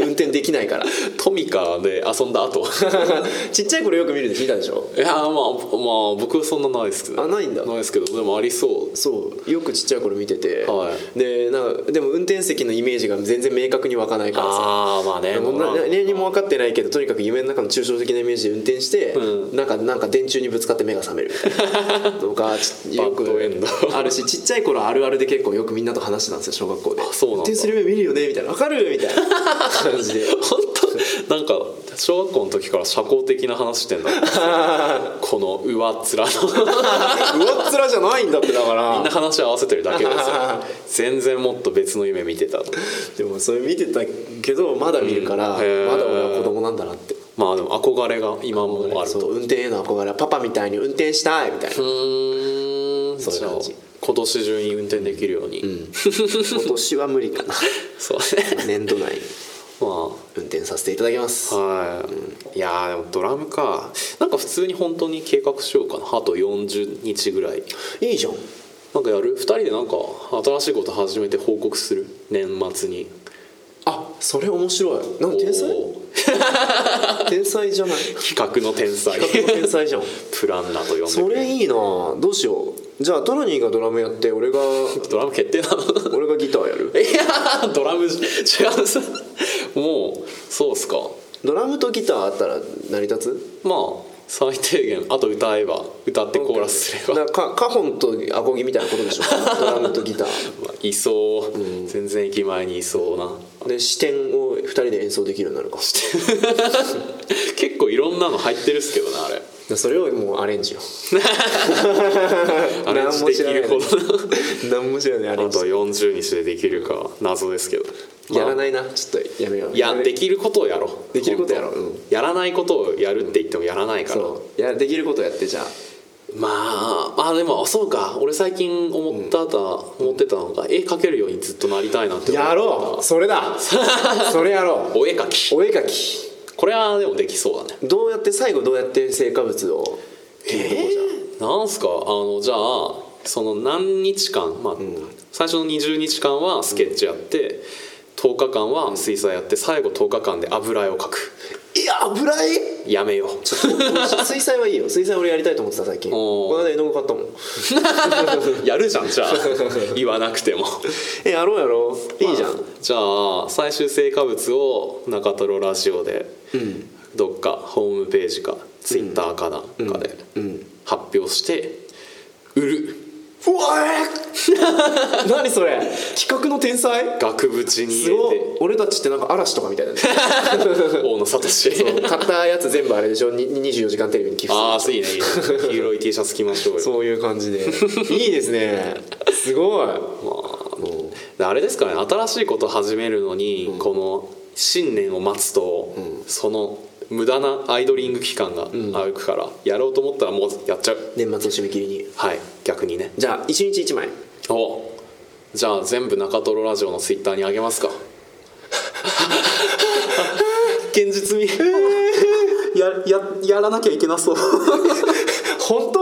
Speaker 2: 運転できないから
Speaker 1: トミカで遊んだ後
Speaker 2: ちっちゃい頃よく見るって聞いたでしょ
Speaker 1: いやーまあまあ僕はそんなないですけど
Speaker 2: あないんだ
Speaker 1: ないですけどでもありそう
Speaker 2: そうよくちっちゃい頃見てて、
Speaker 1: はい
Speaker 2: でなんかでも運転席のイメージが全然明確に湧かないからさ
Speaker 1: ああまあね
Speaker 2: もうな
Speaker 1: まあ
Speaker 2: 何にも分かってないけどとにかく夢の中の抽象的なイメージで運転して、
Speaker 1: う
Speaker 2: なんかなんか電柱にぶつかって目が覚めるみたいな のがち
Speaker 1: バ
Speaker 2: よ
Speaker 1: ッドエン
Speaker 2: く
Speaker 1: ド
Speaker 2: あるしちっちゃい頃あるあるで結構よくみんなと話してたんですよ小学校で
Speaker 1: あそうなんだ
Speaker 2: 運転する夢見るよねみたいな分かるみたいな感 じで
Speaker 1: 本 当なんか小学校の時から社交的な話 してんだこの上っ面の
Speaker 2: 上っ面じゃないんだってだから
Speaker 1: みんな話合わせてるだけ ですよ全然もっと別の夢見てた
Speaker 2: でもそれ見てたけどまだ見るから、
Speaker 1: うんへー
Speaker 2: まだ俺は子供なんだなって
Speaker 1: まあでも憧れが今もある
Speaker 2: そ
Speaker 1: と
Speaker 2: う運転への憧れはパパみたいに運転したいみたいな
Speaker 1: うーん
Speaker 2: そういう感じ
Speaker 1: じゃあ今年中に運転できるように、
Speaker 2: うん、今年は無理かな
Speaker 1: そう ね
Speaker 2: 年度内に
Speaker 1: まあ
Speaker 2: 運転させていただきます
Speaker 1: はい、いやーでもドラムかなんか普通に本当に計画しようかなあと40日ぐらい
Speaker 2: いいじゃん
Speaker 1: なんかやる2人でなんか新しいこと始めて報告する年末に
Speaker 2: あそれ面白いなんか天才
Speaker 1: おー
Speaker 2: 天才じゃない
Speaker 1: 企画の天才
Speaker 2: 天才じゃん
Speaker 1: プランナーと呼んで
Speaker 2: そ
Speaker 1: くれ
Speaker 2: れいいなどうしようじゃあトロニーがドラムやって俺が
Speaker 1: ドラム決定なの
Speaker 2: 俺がギターやる
Speaker 1: いやードラムじ違うさもうそうっすか
Speaker 2: ドラムとギターあったら成り立
Speaker 1: まあ最低限あと歌えば歌ってコーラスす
Speaker 2: つ
Speaker 1: れば
Speaker 2: なかカホンとアコギみたいなことでしょ ドラムとギター
Speaker 1: まあいそう、全然駅前にいそうな
Speaker 2: で視点を2人で演奏できるようになるか
Speaker 1: 結構いろんなの入ってるっすけどなあれ
Speaker 2: でそれをもうアレンジよ
Speaker 1: アレンジできるほど
Speaker 2: 何も知らないアレ
Speaker 1: な
Speaker 2: ン
Speaker 1: あ
Speaker 2: ジ
Speaker 1: と40日でできるか謎ですけど、まあ
Speaker 2: やらないなちょっとやめよう
Speaker 1: いやで
Speaker 2: き
Speaker 1: きることをやろう
Speaker 2: できることやろう
Speaker 1: 本当
Speaker 2: うん
Speaker 1: やらないことをやるって言ってもやらないから
Speaker 2: そうやできることやってじゃあ
Speaker 1: まあまあでもそうか俺最近思ったた、思ってたのが絵描けるようにずっとなりたいなって思って
Speaker 2: やろうそれ だそれやろう
Speaker 1: お絵描き
Speaker 2: お絵描き
Speaker 1: これはでもできそうだね
Speaker 2: どうやって最後どうやって成果物を決めてこうじゃん、
Speaker 1: なんすかあのじゃあその何日間、まあ最初の20日間はスケッチやって、10日間は水彩やって最後10日間で油絵を描く
Speaker 2: いや油絵
Speaker 1: やめよう
Speaker 2: ちょっ と水彩はいいよ水彩俺やりたいと思ってた最近
Speaker 1: おー
Speaker 2: この間絵の具買ったもん
Speaker 1: やるじゃんじ ゃあ言わなくても
Speaker 2: えやろうやろういいじゃん、
Speaker 1: じゃあ最終成果物を中トロラジオで、どっかホームページかツイッターかなんかで
Speaker 2: うんうん
Speaker 1: 発表して売る
Speaker 2: うわえ 何それ企画の天才
Speaker 1: 額縁に
Speaker 2: す
Speaker 1: 入
Speaker 2: ごい
Speaker 1: れて
Speaker 2: 俺たちってなんか嵐とかみた いだね
Speaker 1: 大野聡
Speaker 2: 買ったやつ全部あれでしょに24時間テレビに寄付する
Speaker 1: ああいいね いいね黄色い T シャツ着ましょうよ
Speaker 2: そういう感じで いいですねすごいも
Speaker 1: であれですかね新しいこと始めるのに、この新年を待つと、その無駄なアイドリング期間が歩くから、やろうと思ったらもうやっちゃう
Speaker 2: う年末を締め切りに
Speaker 1: はい逆にね
Speaker 2: じゃあ1日1枚
Speaker 1: おじゃあ全部中トロラジオのツイッターにあげますか現実味 やややらなきゃいけなそう
Speaker 2: 本 当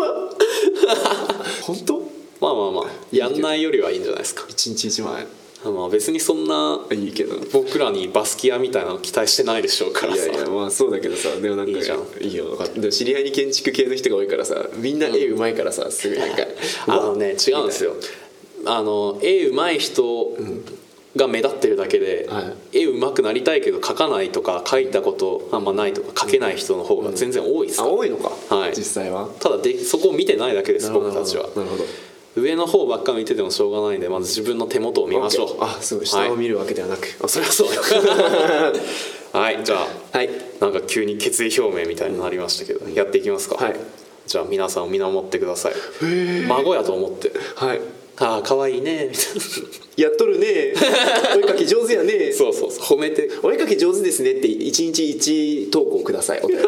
Speaker 2: 本当
Speaker 1: まあまあまあやんないよりはいいんじゃないですか
Speaker 2: 一日一枚
Speaker 1: まあ別にそんない
Speaker 2: いけど
Speaker 1: 僕らにバスキアみたいなの期待してないでしょうから
Speaker 2: い
Speaker 1: さ
Speaker 2: やいやまあそうだけどさでもなんか
Speaker 1: いいじゃん
Speaker 2: いいよ分かったでも知り合いに建築系の人が多いからさみんな絵うまいからさすぐなん か
Speaker 1: あのね違うんですよあの絵うまい人が目立ってるだけで、
Speaker 2: は
Speaker 1: 絵うまくなりたいけど描かないとか描いたことあんまないとか描けない人の方が全然多いです
Speaker 2: あ
Speaker 1: から
Speaker 2: 多いのか、
Speaker 1: はい
Speaker 2: 実際は
Speaker 1: ただでそこを見てないだけです僕たちは
Speaker 2: なるほど
Speaker 1: 上の方ばっか見ててもしょうがないんでまず自分の手元を見ましょう
Speaker 2: あすごい下を見るわけではなく、
Speaker 1: あそりゃ そうよはいじゃあ
Speaker 2: はい
Speaker 1: なんか急に決意表明みたいになりましたけど、やっていきますか
Speaker 2: はい
Speaker 1: じゃあ皆さんを見守ってください孫やと思って
Speaker 2: はい
Speaker 1: ああ可愛い ねみたいな
Speaker 2: やっとる ねお絵かき上手やね
Speaker 1: そうそうそう褒めて
Speaker 2: お絵かき上手ですねって一日一投稿くだ さいお便り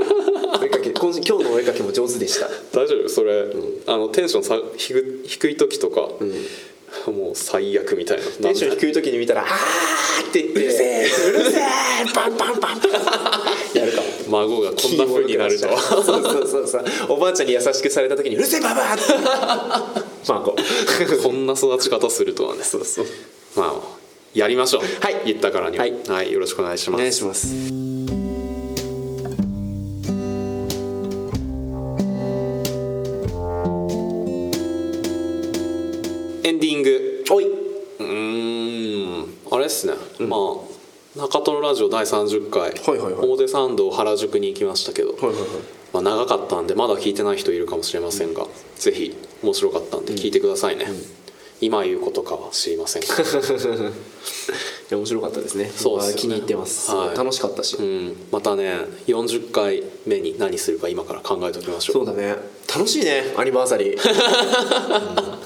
Speaker 2: お絵かき今週今日のお絵かきも上手でした
Speaker 1: 大丈夫それ、あのテンションさ低い低い時とか、もう最悪みたいな
Speaker 2: テンション低い時に見たら「あー」って言って「うるせえうるせえパンパンパンパン」 やるかも
Speaker 1: 孫がこんな風になるとは
Speaker 2: そうそうそうそうおばあちゃんに優しくされた時に「うるせえババア!」って まあこう
Speaker 1: こんな育ち方するとはね
Speaker 2: そうそう
Speaker 1: まあやりましょう
Speaker 2: はい
Speaker 1: 言ったからには
Speaker 2: はい
Speaker 1: はい、よろしくお願いし
Speaker 2: お
Speaker 1: ます
Speaker 2: 願いします
Speaker 1: エンディング
Speaker 2: おいう
Speaker 1: ーんあれっすね、まあ中トロラジオ第30回、
Speaker 2: はいはいはい
Speaker 1: 表参道原宿に行きましたけど、
Speaker 2: はいはいはい
Speaker 1: まあ、長かったんでまだ聞いてない人いるかもしれませんが、ぜひ面白かったんで聞いてくださいね、今言うことかは知りません が
Speaker 2: や面白かったですね
Speaker 1: そうっすよね
Speaker 2: 僕は気に入ってます、
Speaker 1: はい
Speaker 2: 楽しかったし、
Speaker 1: うんまたね40回目に何するか今から考えておきましょう
Speaker 2: そうだね楽しいねアニバーサリー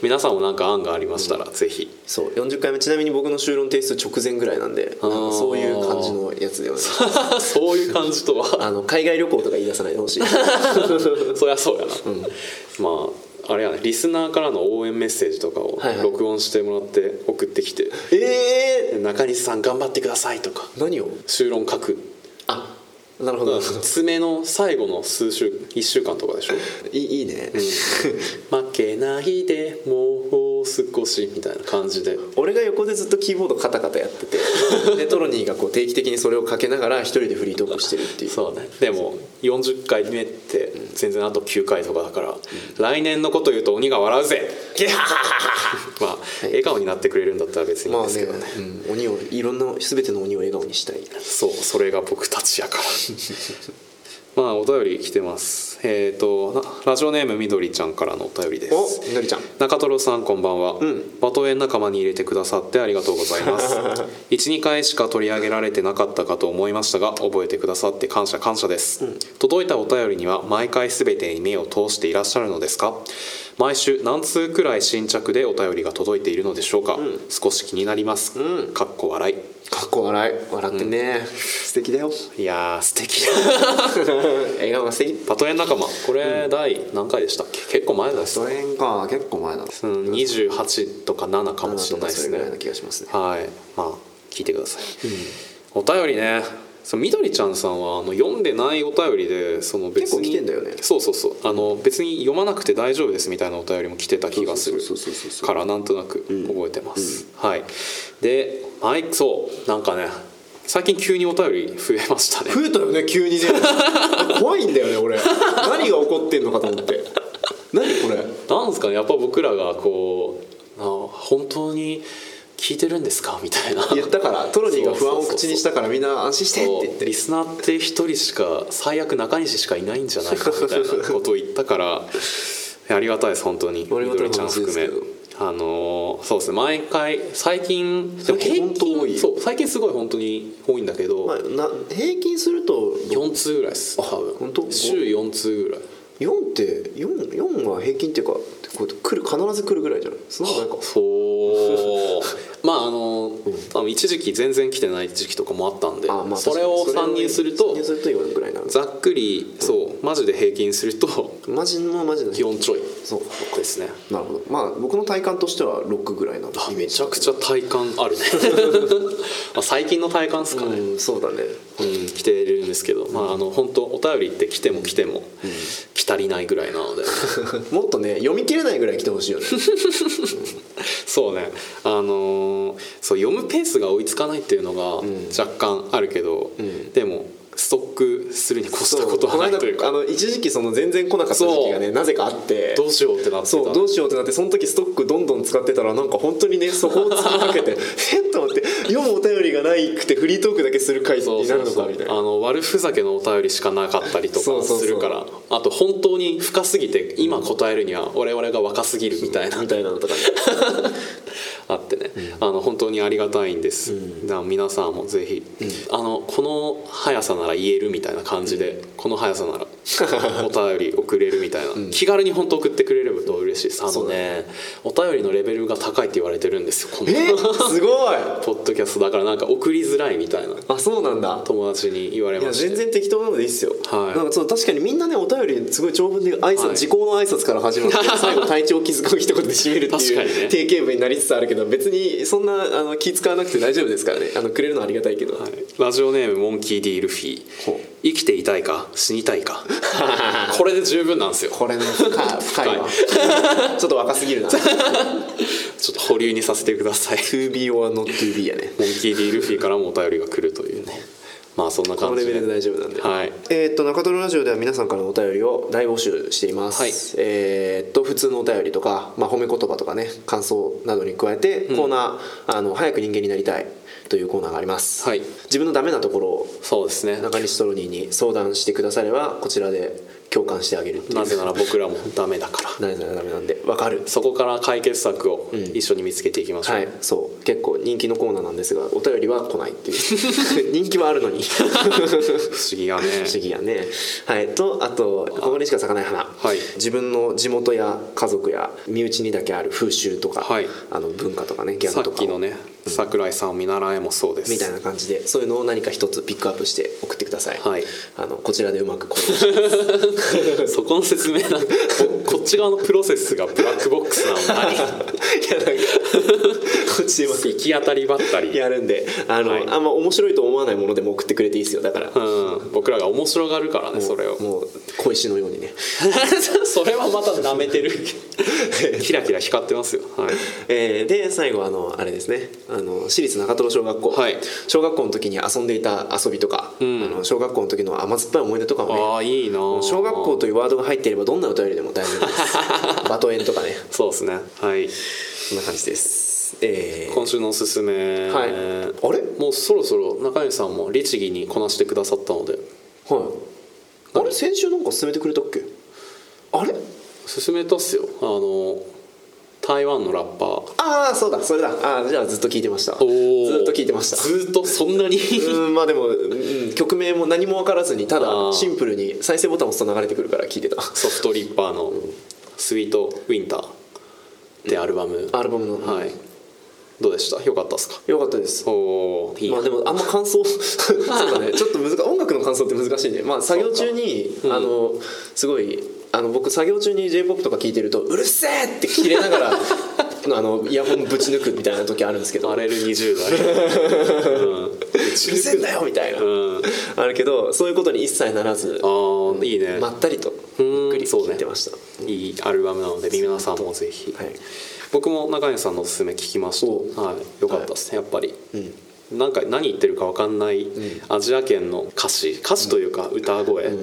Speaker 1: 皆さんも何か案がありましたら、ぜひ
Speaker 2: そう40回目ちなみに僕の就論提出直前ぐらいなんでなんかそういう感じのやつではない
Speaker 1: そういう感じとは
Speaker 2: あの海外旅行とか言い出さないでほしい
Speaker 1: そりゃそうやな、まあれやねリスナーからの応援メッセージとかを
Speaker 2: はいはい
Speaker 1: 録音してもらって送ってきて「ええ中西さん頑張ってください」とか
Speaker 2: 何を
Speaker 1: 修論書く
Speaker 2: あなるほど
Speaker 1: 爪の最後の数週1週間とかでしょ
Speaker 2: いいいいね、
Speaker 1: 負けないでもう少しみたいな感じで
Speaker 2: 俺が横でずっとキーボードカタカタやってて でトロニーがこう定期的にそれをかけながら一人でフリートークしてるって いう
Speaker 1: そうねでも40回目って全然あと9回とかだから、来年のこと言うと鬼が笑うぜまあ笑顔になってくれるんだったら別にいい
Speaker 2: ま
Speaker 1: ん
Speaker 2: あ
Speaker 1: です
Speaker 2: ね
Speaker 1: けどね,、
Speaker 2: うん、鬼をいろんな全ての鬼を笑顔にしたい
Speaker 1: そうそれが僕たちやから まあお便り来てますえっ、とラジオネームみどりちゃんからのお便りです
Speaker 2: おのりちゃん
Speaker 1: 中トロさんこんばんは、
Speaker 2: ん
Speaker 1: バトエン仲間に入れてくださってありがとうございます 12回しか取り上げられてなかったかと思いましたが覚えてくださって感謝感謝です、届いたお便りには毎回全てに目を通していらっしゃるのですか毎週何通くらい新着でお便りが届いているのでしょうか、少し気になります、
Speaker 2: う
Speaker 1: かっこ笑
Speaker 2: かっこ笑い笑ってね、素敵だよ
Speaker 1: いいやー素敵 だ
Speaker 2: 笑顔が素敵
Speaker 1: バトエン仲間これ第何回でしたっけ結構前です
Speaker 2: それが結構前だな
Speaker 1: うん28とか7かもしれないです
Speaker 2: それぐらい
Speaker 1: ね
Speaker 2: な気がしますね
Speaker 1: はい、まあ聞いてください。お便りね。そうみどりちゃんさんはあの読んでないお便りでその別に
Speaker 2: 結構来てんだよね
Speaker 1: そうそうそうあの別に読まなくて大丈夫ですみたいなお便りも来てた気がする
Speaker 2: そうそうそうそうそう
Speaker 1: からなんとなく覚えてます、はいでマイクそうなんかね最近急にお便り増えましたね
Speaker 2: 増えたよね急 にね怖いんだよね俺何が起こってんのかと思って何これ
Speaker 1: なんですかねやっぱ僕らがこうあ本当に聞いてるんですかみたいな
Speaker 2: 言ったからトロニーが不
Speaker 1: そうそ
Speaker 2: 安を
Speaker 1: うそうそう
Speaker 2: 口にしたからみんな安心してって言って
Speaker 1: リスナーって一人しか最悪中西しかいないんじゃないかみたいなことを言ったからありがたいです本当に
Speaker 2: あ
Speaker 1: み
Speaker 2: りが
Speaker 1: ど
Speaker 2: たい
Speaker 1: りちゃん含
Speaker 2: 話で
Speaker 1: め
Speaker 2: す
Speaker 1: あのーそうですね毎回最近でも
Speaker 2: 最近
Speaker 1: 平
Speaker 2: 本当多い
Speaker 1: 均そう最近すごい本当に多いんだけど、
Speaker 2: まあ、な平均すると
Speaker 1: 4通ぐらいです多分
Speaker 2: 本当
Speaker 1: 週4通ぐらい
Speaker 2: 4って4四は平均っていうかこう来る必ず来るぐらいじゃないそんなことないか
Speaker 1: そうまああの、多分一時期全然来てない時期とかもあったんで、
Speaker 2: あまあ
Speaker 1: それを
Speaker 2: 確か
Speaker 1: 参
Speaker 2: に
Speaker 1: 入すると
Speaker 2: 参入すると4ぐらいなの
Speaker 1: ざっくりそうマジで平均すると
Speaker 2: マジのマジの
Speaker 1: 4ちょい
Speaker 2: そうか
Speaker 1: ですね
Speaker 2: なるほどまあ僕の体感としては6ぐらいなのイメー
Speaker 1: め
Speaker 2: ジ
Speaker 1: ちゃくちゃ体感ある ねまあ最近の体感ですかね、
Speaker 2: うんそうだね
Speaker 1: うん来てるんですけど、まああの本当お便りって来ても来ても来たりないぐらいなので
Speaker 2: もっとね読み切れないぐらい来てほしいよね
Speaker 1: そうねあのーそう読むペースが追いつかないっていうのが若干あるけど、
Speaker 2: ん
Speaker 1: でもストックするに越したこと
Speaker 2: この
Speaker 1: はない
Speaker 2: 間
Speaker 1: というか
Speaker 2: あの一時期その全然来なかった時期がねなぜかあって
Speaker 1: どうしようってなってた
Speaker 2: そうどうしようってなってその時ストックどんどん使ってたらなんか本当に ねそこを突きかけてえっと思って読むお便りがないくてフリートークだけする回
Speaker 1: そう
Speaker 2: に
Speaker 1: そ
Speaker 2: なる
Speaker 1: う
Speaker 2: の
Speaker 1: そ
Speaker 2: か
Speaker 1: う
Speaker 2: みたい
Speaker 1: あ
Speaker 2: な
Speaker 1: の悪ふざけのお便りしかなかったりと
Speaker 2: そう
Speaker 1: か
Speaker 2: そうそう
Speaker 1: するからあと本当に深すぎて今答えるには我々が若すぎるみたいな
Speaker 2: みたいなのとかね
Speaker 1: あってね、あの本当にありがたいんです、だから皆さんもぜひ、あのこの速さなら言えるみたいな感じで、この速さならお便り送れるみたいな、気軽に本当送ってくれればと嬉しいですあのねお便りのレベルが高いって言われてるんですよこの
Speaker 2: えすごい
Speaker 1: ポッドキャストだからなんか送りづらいみたいな
Speaker 2: あそうなんだ
Speaker 1: 友達に言われ
Speaker 2: いや
Speaker 1: ました
Speaker 2: 全然適当なのでいいっすよ、
Speaker 1: はい
Speaker 2: なんかそう確かにみんなねお便りすごい長文で挨拶、
Speaker 1: はい
Speaker 2: 時効の挨拶から始 まって最後体調を気遣う一言で締めるって
Speaker 1: 確かに
Speaker 2: い
Speaker 1: ね
Speaker 2: う定型文になりつつあるけど別にそんなあの気使わなくて大丈夫ですからねあのくれるのはありがたいけど、
Speaker 1: はいラジオネームモンキー・ディ・ルフィ
Speaker 2: ほう
Speaker 1: 生きていたいか死にたいかこれで十分なんですよ
Speaker 2: これね深い深いわちょっと若すぎるな
Speaker 1: ちょっと保留にさせてください
Speaker 2: To be or not to be やね
Speaker 1: モンキー・ディ・ルフィからもお便りが来るというねまあそんな
Speaker 2: こ
Speaker 1: 感
Speaker 2: の
Speaker 1: じ
Speaker 2: レベルで大丈夫なんで
Speaker 1: はい
Speaker 2: えーっと中トロラジオでは皆さんからのお便りを大募集しています、
Speaker 1: はい
Speaker 2: えーっと普通のお便りとか、まあ、褒め言葉とかね感想などに加えてコーナー、あの「早く人間になりたい」というコーナーがあります、
Speaker 1: はい
Speaker 2: 自分のダメなところを
Speaker 1: そうですね
Speaker 2: 中西トロニーに相談してくださればこちらで共感してあげるっていう
Speaker 1: なぜなら僕らもダメだから
Speaker 2: なぜならダメなんでわかる
Speaker 1: そこから解決策を一緒に見つけていきましょう、
Speaker 2: はい、そう結構人気のコーナーなんですがお便りは来ない っていう人気はあるのに
Speaker 1: 不思議がね
Speaker 2: 不思議やねはいとあと「ここにしか咲かない花」
Speaker 1: はい
Speaker 2: 自分の地元や家族や身内にだけある風習とか、
Speaker 1: はい
Speaker 2: あの文化とかねギャ
Speaker 1: さ
Speaker 2: グと
Speaker 1: っ
Speaker 2: か
Speaker 1: きのね桜井さんを見習えもそうです
Speaker 2: みたいな感じでそういうのを何か一つピックアップして送ってください、
Speaker 1: はい
Speaker 2: あのこちらでうまくこう
Speaker 1: そこの説明なんかここっち側のプロセスがブラックボックスなのに
Speaker 2: いやなんかこっちでうまく
Speaker 1: 行き当たりばったり、
Speaker 2: やるんであの、
Speaker 1: はい
Speaker 2: あんま面白いと思わないものでも送ってくれていいですよだから、
Speaker 1: うん、僕らが面白がるからねそれを
Speaker 2: もう小石のようにね
Speaker 1: それはまた舐めて るキラキラ光ってますよ、はい、
Speaker 2: えーで最後あのあれですねあの私立中トロ小学校、
Speaker 1: はい
Speaker 2: 小学校の時に遊んでいた遊びとか、
Speaker 1: ん
Speaker 2: あの小学校の時の甘酸っぱい思い出とかもね
Speaker 1: ああいいなあ
Speaker 2: 小学校というワードが入っていればどんな歌よりでも大丈夫で すバトエンとかね
Speaker 1: そうですねはい
Speaker 2: そんな感じですえー
Speaker 1: 今週のおすすめ、
Speaker 2: はいあれ
Speaker 1: もうそろそろ中西さんも律儀にこなしてくださったので
Speaker 2: はいあれ先週なんか勧めてくれたっけあれ
Speaker 1: 勧めたっすよあの台湾のラッパー
Speaker 2: ああそうだそれだあーじゃあずっと聞いてましたずっ
Speaker 1: ー
Speaker 2: と聞いてました
Speaker 1: ずっとそんなに
Speaker 2: うんまあでも、うん曲名も何も分からずにただ
Speaker 1: あー
Speaker 2: シンプルに再生ボタンを押すと流れてくるから聞いて た
Speaker 1: ソフトリッパーの「スイートウィンター」ってアルバム、
Speaker 2: アルバムの、
Speaker 1: はいどうでしたよかったっすか
Speaker 2: よかったです
Speaker 1: おーいいな
Speaker 2: まあでもあんま感想 そうだ ねちょっと難音楽の感想って難しいねまあ作業中に、あのすごいあの僕作業中に j p o p とか聞いてると「うるせえ!」って切れながら あのイヤホンぶち抜くみたいな時あるんですけど「
Speaker 1: バ
Speaker 2: う
Speaker 1: レル20代、うん、
Speaker 2: るせえんだよ!」みたいな、
Speaker 1: うん
Speaker 2: あるけどそういうことに一切ならず
Speaker 1: ああいいね、
Speaker 2: まったりと
Speaker 1: うん
Speaker 2: ゆっくり
Speaker 1: そう
Speaker 2: 聞
Speaker 1: ね
Speaker 2: いてました、
Speaker 1: いいアルバムなので皆さんもぜひ、
Speaker 2: はい
Speaker 1: 僕も中西さんのおすすめ聞きました、
Speaker 2: お
Speaker 1: はい、よかったですね、やっぱり、なんか何言ってるか分かんないアジア圏の歌詞歌詞というか歌声、なんか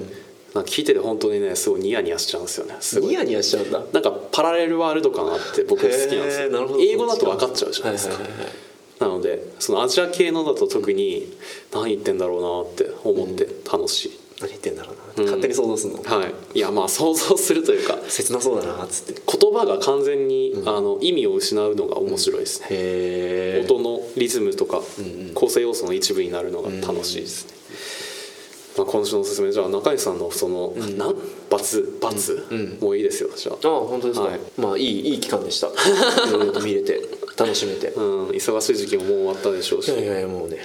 Speaker 1: 聞いてて本当にねすごいニヤニヤしちゃうんですよねすご
Speaker 2: ニ
Speaker 1: い
Speaker 2: ヤニヤしちゃうんだ
Speaker 1: なんかパラレルワールド感あって僕好きなんです
Speaker 2: へーなるほ
Speaker 1: よ
Speaker 2: ど
Speaker 1: 英語だと分かっちゃうじゃないですか、
Speaker 2: はいはいはいはい
Speaker 1: なのでそのアジア系のだと特に何言ってんだろうなって思って楽しい、
Speaker 2: 何言ってんだろうな、勝手に想像するの、
Speaker 1: はいいやまあ想像するというか
Speaker 2: 切なそうだなっつって
Speaker 1: 言葉が完全に、あの意味を失うのが面白いですね、
Speaker 2: へ
Speaker 1: 音のリズムとか、構成要素の一部になるのが楽しいですね、まあ、今週のおすすめじゃあ中西さんのその、なん罰罰、もういいですよじゃあ
Speaker 2: ああ本当ですか、
Speaker 1: はい
Speaker 2: まあいいいい期間でしたいろいろと見れ て楽しめて
Speaker 1: うん、忙しい時期ももう終わったでしょう
Speaker 2: い
Speaker 1: し
Speaker 2: やいやいやもうね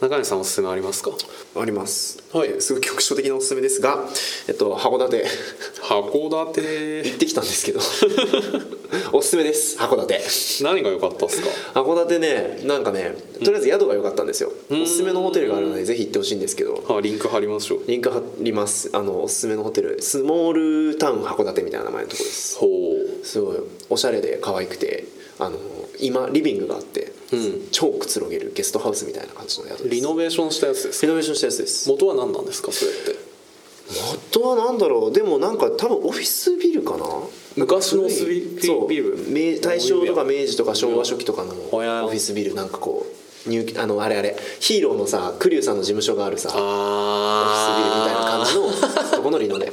Speaker 1: 中西さんおすすめありますか
Speaker 2: あります
Speaker 1: はい
Speaker 2: すごい局所的なおすすめですが、えっと、函館
Speaker 1: 函館
Speaker 2: 行ってきたんですけど おすすめです函館
Speaker 1: 何が良かったですか
Speaker 2: 函館ねなんかねとりあえず宿が良かったんですよ、おすすめのホテルがあるのでぜひ行ってほしいんですけど
Speaker 1: あリンク貼りましょう
Speaker 2: リンク貼りますあのおすすめのホテルスモールタウン函館みたいな名前のとこです
Speaker 1: ほ
Speaker 2: すごいおしゃれで可愛くてあの今リビングがあって、
Speaker 1: ん
Speaker 2: 超くつろげるゲストハウスみたいな感じの宿
Speaker 1: う
Speaker 2: です
Speaker 1: リノベーションしたやつです
Speaker 2: リノベーションしたやつです
Speaker 1: 元は何なんですかそれって
Speaker 2: 元は何だろうでもなんか多分オフィスビルかな
Speaker 1: 昔の
Speaker 2: なんか古い
Speaker 1: スビ
Speaker 2: そう
Speaker 1: ビル
Speaker 2: 明大正とか明治とか昭和初期とかのオフ
Speaker 1: ほや
Speaker 2: ィスビルなんかこう入あのあれあれヒーローのさクリュウさんの事務所があるさオフィスビルみたいな感じ
Speaker 1: あ
Speaker 2: のとこのリノ ベ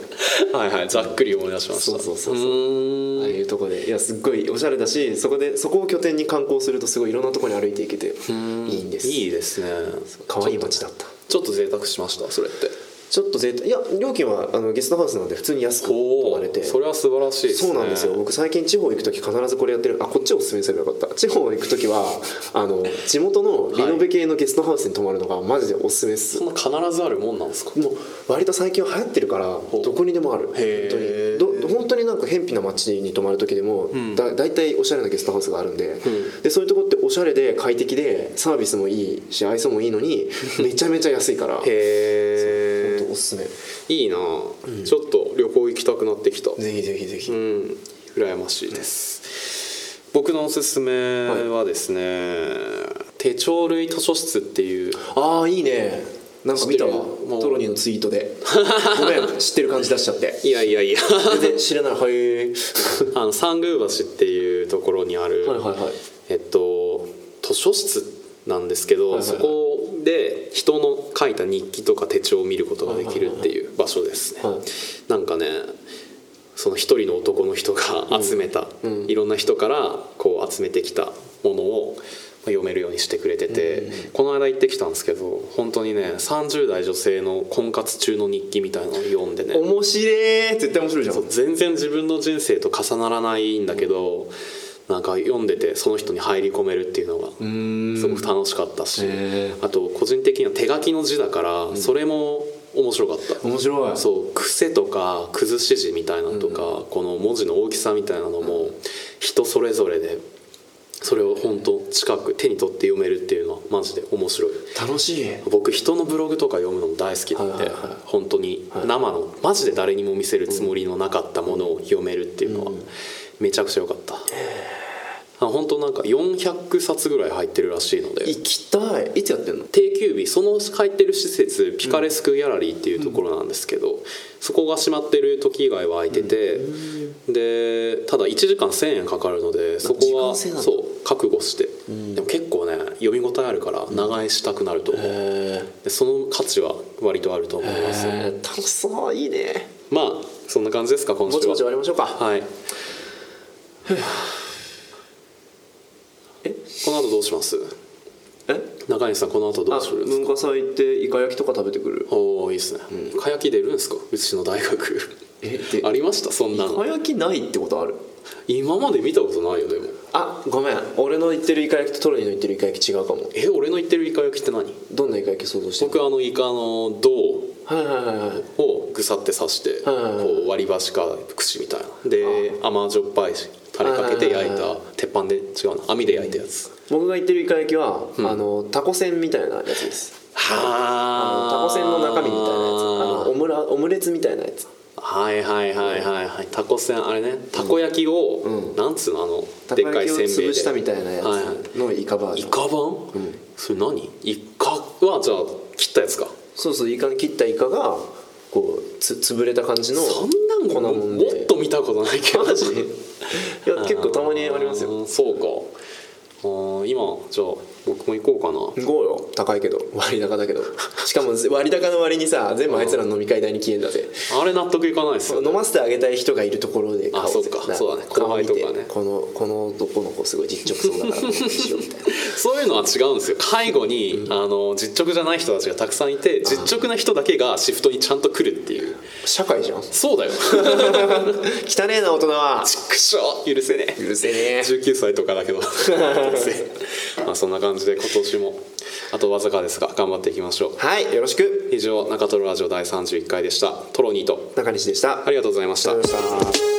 Speaker 1: あ はいはいざっくり思い出しました
Speaker 2: そうそうそうそう
Speaker 1: ーん
Speaker 2: ああいうとこでいやすっごいおしゃれだしそこでそこを拠点に観光するとすごいいろんなとこに歩いていけていいんです
Speaker 1: いいですね
Speaker 2: 可愛い街だった
Speaker 1: ちょっと贅沢しましたそれって
Speaker 2: ちょっと贅沢いや料金はあのゲストハウスなので普通に安く泊まれて
Speaker 1: それは素晴らしいですね
Speaker 2: そうなんですよ僕最近地方行く時必ずこれやってるあこっちおすすめすればよかった地方行く時はあの地元のリノベ系のゲストハウスに泊まるのがマジでおすすめっす
Speaker 1: そんな必ずあるもんなんですか
Speaker 2: もう割と最近は流行ってるから
Speaker 1: う
Speaker 2: どこにでもある
Speaker 1: へー
Speaker 2: 本当にど本当になんか偏僻な街に泊まる時でも、だ大体おしゃれなゲストハウスがあるんで,、でそういうとこっておしゃれで快適でサービスもいいし愛想もいい のにめちゃめちゃ安いから
Speaker 1: へ
Speaker 2: おすすめ
Speaker 1: えいいなあ、ちょっと旅行行きたくなってきた
Speaker 2: ぜひぜひぜひ、
Speaker 1: うん羨ましいです、僕のおすすめはですね、手帳類図書室っていう
Speaker 2: ああいいねなんか見たわ
Speaker 1: 知ってるもう
Speaker 2: トロニーのツイート でごめん知ってる感じ出しちゃって
Speaker 1: いやいやいや
Speaker 2: 全然 知らない はい
Speaker 1: あの三宮橋っていうところにある、
Speaker 2: はいはいはい
Speaker 1: えっと図書室なんですけど、
Speaker 2: はいはいは
Speaker 1: そ
Speaker 2: い
Speaker 1: こで人の書いた日記とか手帳を見ることができるっていう場所ですね、
Speaker 2: はい
Speaker 1: なんかねその一人の男の人が集めた、いろんな人からこう集めてきたものをまあ読めるようにしてくれてて、この間行ってきたんですけど本当にね30代女性の婚活中の日記みたいなのを読んでね
Speaker 2: 面白い絶対面白いじゃん
Speaker 1: 全然自分の人生と重ならないんだけどなんか読んでてその人に入り込めるっていうのが
Speaker 2: うん
Speaker 1: すごく楽しかったし、
Speaker 2: へー
Speaker 1: あと個人的には手書きの字だからそれも面白かった、
Speaker 2: 面白い
Speaker 1: そう癖とか崩し字みたいなのとか、この文字の大きさみたいなのも人それぞれでそれを本当近く手に取って読めるっていうのはマジで面白い
Speaker 2: 楽しい
Speaker 1: 僕人のブログとか読むのも大好きなんで、
Speaker 2: はいはいはい
Speaker 1: 本当に
Speaker 2: はい
Speaker 1: 生のマジで誰にも見せるつもりのなかったものを読めるっていうのはめちゃくちゃ良かった、あ本当なんか400冊ぐらい入ってるらしいので
Speaker 2: 行きたいいつやってんの
Speaker 1: 定休日その入ってる施設ピカレスクギャラリーっていうところなんですけど、そこが閉まってる時以外は空いてて、でただ1時間1,000円かかるのでそこは
Speaker 2: 時間制なんだ
Speaker 1: そう覚悟して、でも結構ね読み応えあるから長居したくなると思う、
Speaker 2: へ
Speaker 1: でその価値は割とあると思います、
Speaker 2: え楽しそういいね
Speaker 1: まあそんな感じですか今週
Speaker 2: ぼ
Speaker 1: は
Speaker 2: ちぼち終わりましょうか
Speaker 1: はい
Speaker 2: え
Speaker 1: この後どうします
Speaker 2: え
Speaker 1: 中西さんこの後ど
Speaker 2: あ
Speaker 1: うするんです
Speaker 2: 文
Speaker 1: か
Speaker 2: 化祭行ってイカ焼きとか食べてくる
Speaker 1: おおいいですね、かやき出るんですかうちの大学
Speaker 2: えで
Speaker 1: ありましたそんな
Speaker 2: イカ
Speaker 1: の
Speaker 2: 焼きないってことある
Speaker 1: 今まで見たことないよでも
Speaker 2: あごめん俺の言ってるイカ焼きとトロニーの言ってるイカ焼き違うかも
Speaker 1: え俺の言ってるイカ焼きって何
Speaker 2: どんなイカ焼き想像してる
Speaker 1: 僕あのイカの胴
Speaker 2: はいはいはいはい
Speaker 1: をぐさって刺して
Speaker 2: はいはいはい
Speaker 1: こう割り箸か串みたいなで甘じょっぱいしタレかけて焼いた鉄板で違うな網で焼いたやつ
Speaker 2: 僕が言ってるイカ焼きは、あのタコせんみたいなやつです
Speaker 1: はあ
Speaker 2: タコせんの中身みたいなやつあのオムラオムレツみたいなやつ
Speaker 1: はいはいはいはいはいタコせんあれねたこ焼きを、
Speaker 2: うん
Speaker 1: なんつうのあの
Speaker 2: た
Speaker 1: で
Speaker 2: こ
Speaker 1: っか
Speaker 2: 焼
Speaker 1: い
Speaker 2: きを
Speaker 1: せんべい
Speaker 2: 潰
Speaker 1: で
Speaker 2: したみたいなや
Speaker 1: はいはい
Speaker 2: つのイカバ
Speaker 1: イ
Speaker 2: ージョン、
Speaker 1: カ版、それ何イカはじゃあ切ったやつか
Speaker 2: そうそうイカに切ったイカがこうつ潰れた感じの
Speaker 1: そんなん
Speaker 2: 粉
Speaker 1: も
Speaker 2: もん
Speaker 1: も
Speaker 2: で
Speaker 1: っと見たことないけど
Speaker 2: マジいや結構たまにありますよ
Speaker 1: あーそうかあー今じゃあ僕も行こうか
Speaker 2: 行こうよ高いけど割高だけどしかも割高の割にさ全部あいつらの飲み会代に消えんだぜ
Speaker 1: なあれ納得いかないですよね
Speaker 2: 飲ませてあげたい人がいるところで買お
Speaker 1: あそうか
Speaker 2: ぜな
Speaker 1: そうだね
Speaker 2: 顔
Speaker 1: 後輩
Speaker 2: 見
Speaker 1: と
Speaker 2: て
Speaker 1: かね
Speaker 2: このこの男の子すごい実直そうだからにしようみたいな
Speaker 1: そういうのは違うんですよ介護に、あの実直じゃない人たちがたくさんいて実直な人だけがシフトにちゃんと来るっていう
Speaker 2: 社 会じゃん
Speaker 1: そうだ よ
Speaker 2: 汚ねえな大人は
Speaker 1: ちっくしょ許せねえ
Speaker 2: 許せね
Speaker 1: 19歳とかだけど まあそんな感じで今年もあとわずかですが頑張っていきましょう
Speaker 2: はいよろしく
Speaker 1: 以上中トロラジオ第31回でしたトロニーと
Speaker 2: 中西でしたあ
Speaker 1: ありがとうございました
Speaker 2: りがとうございました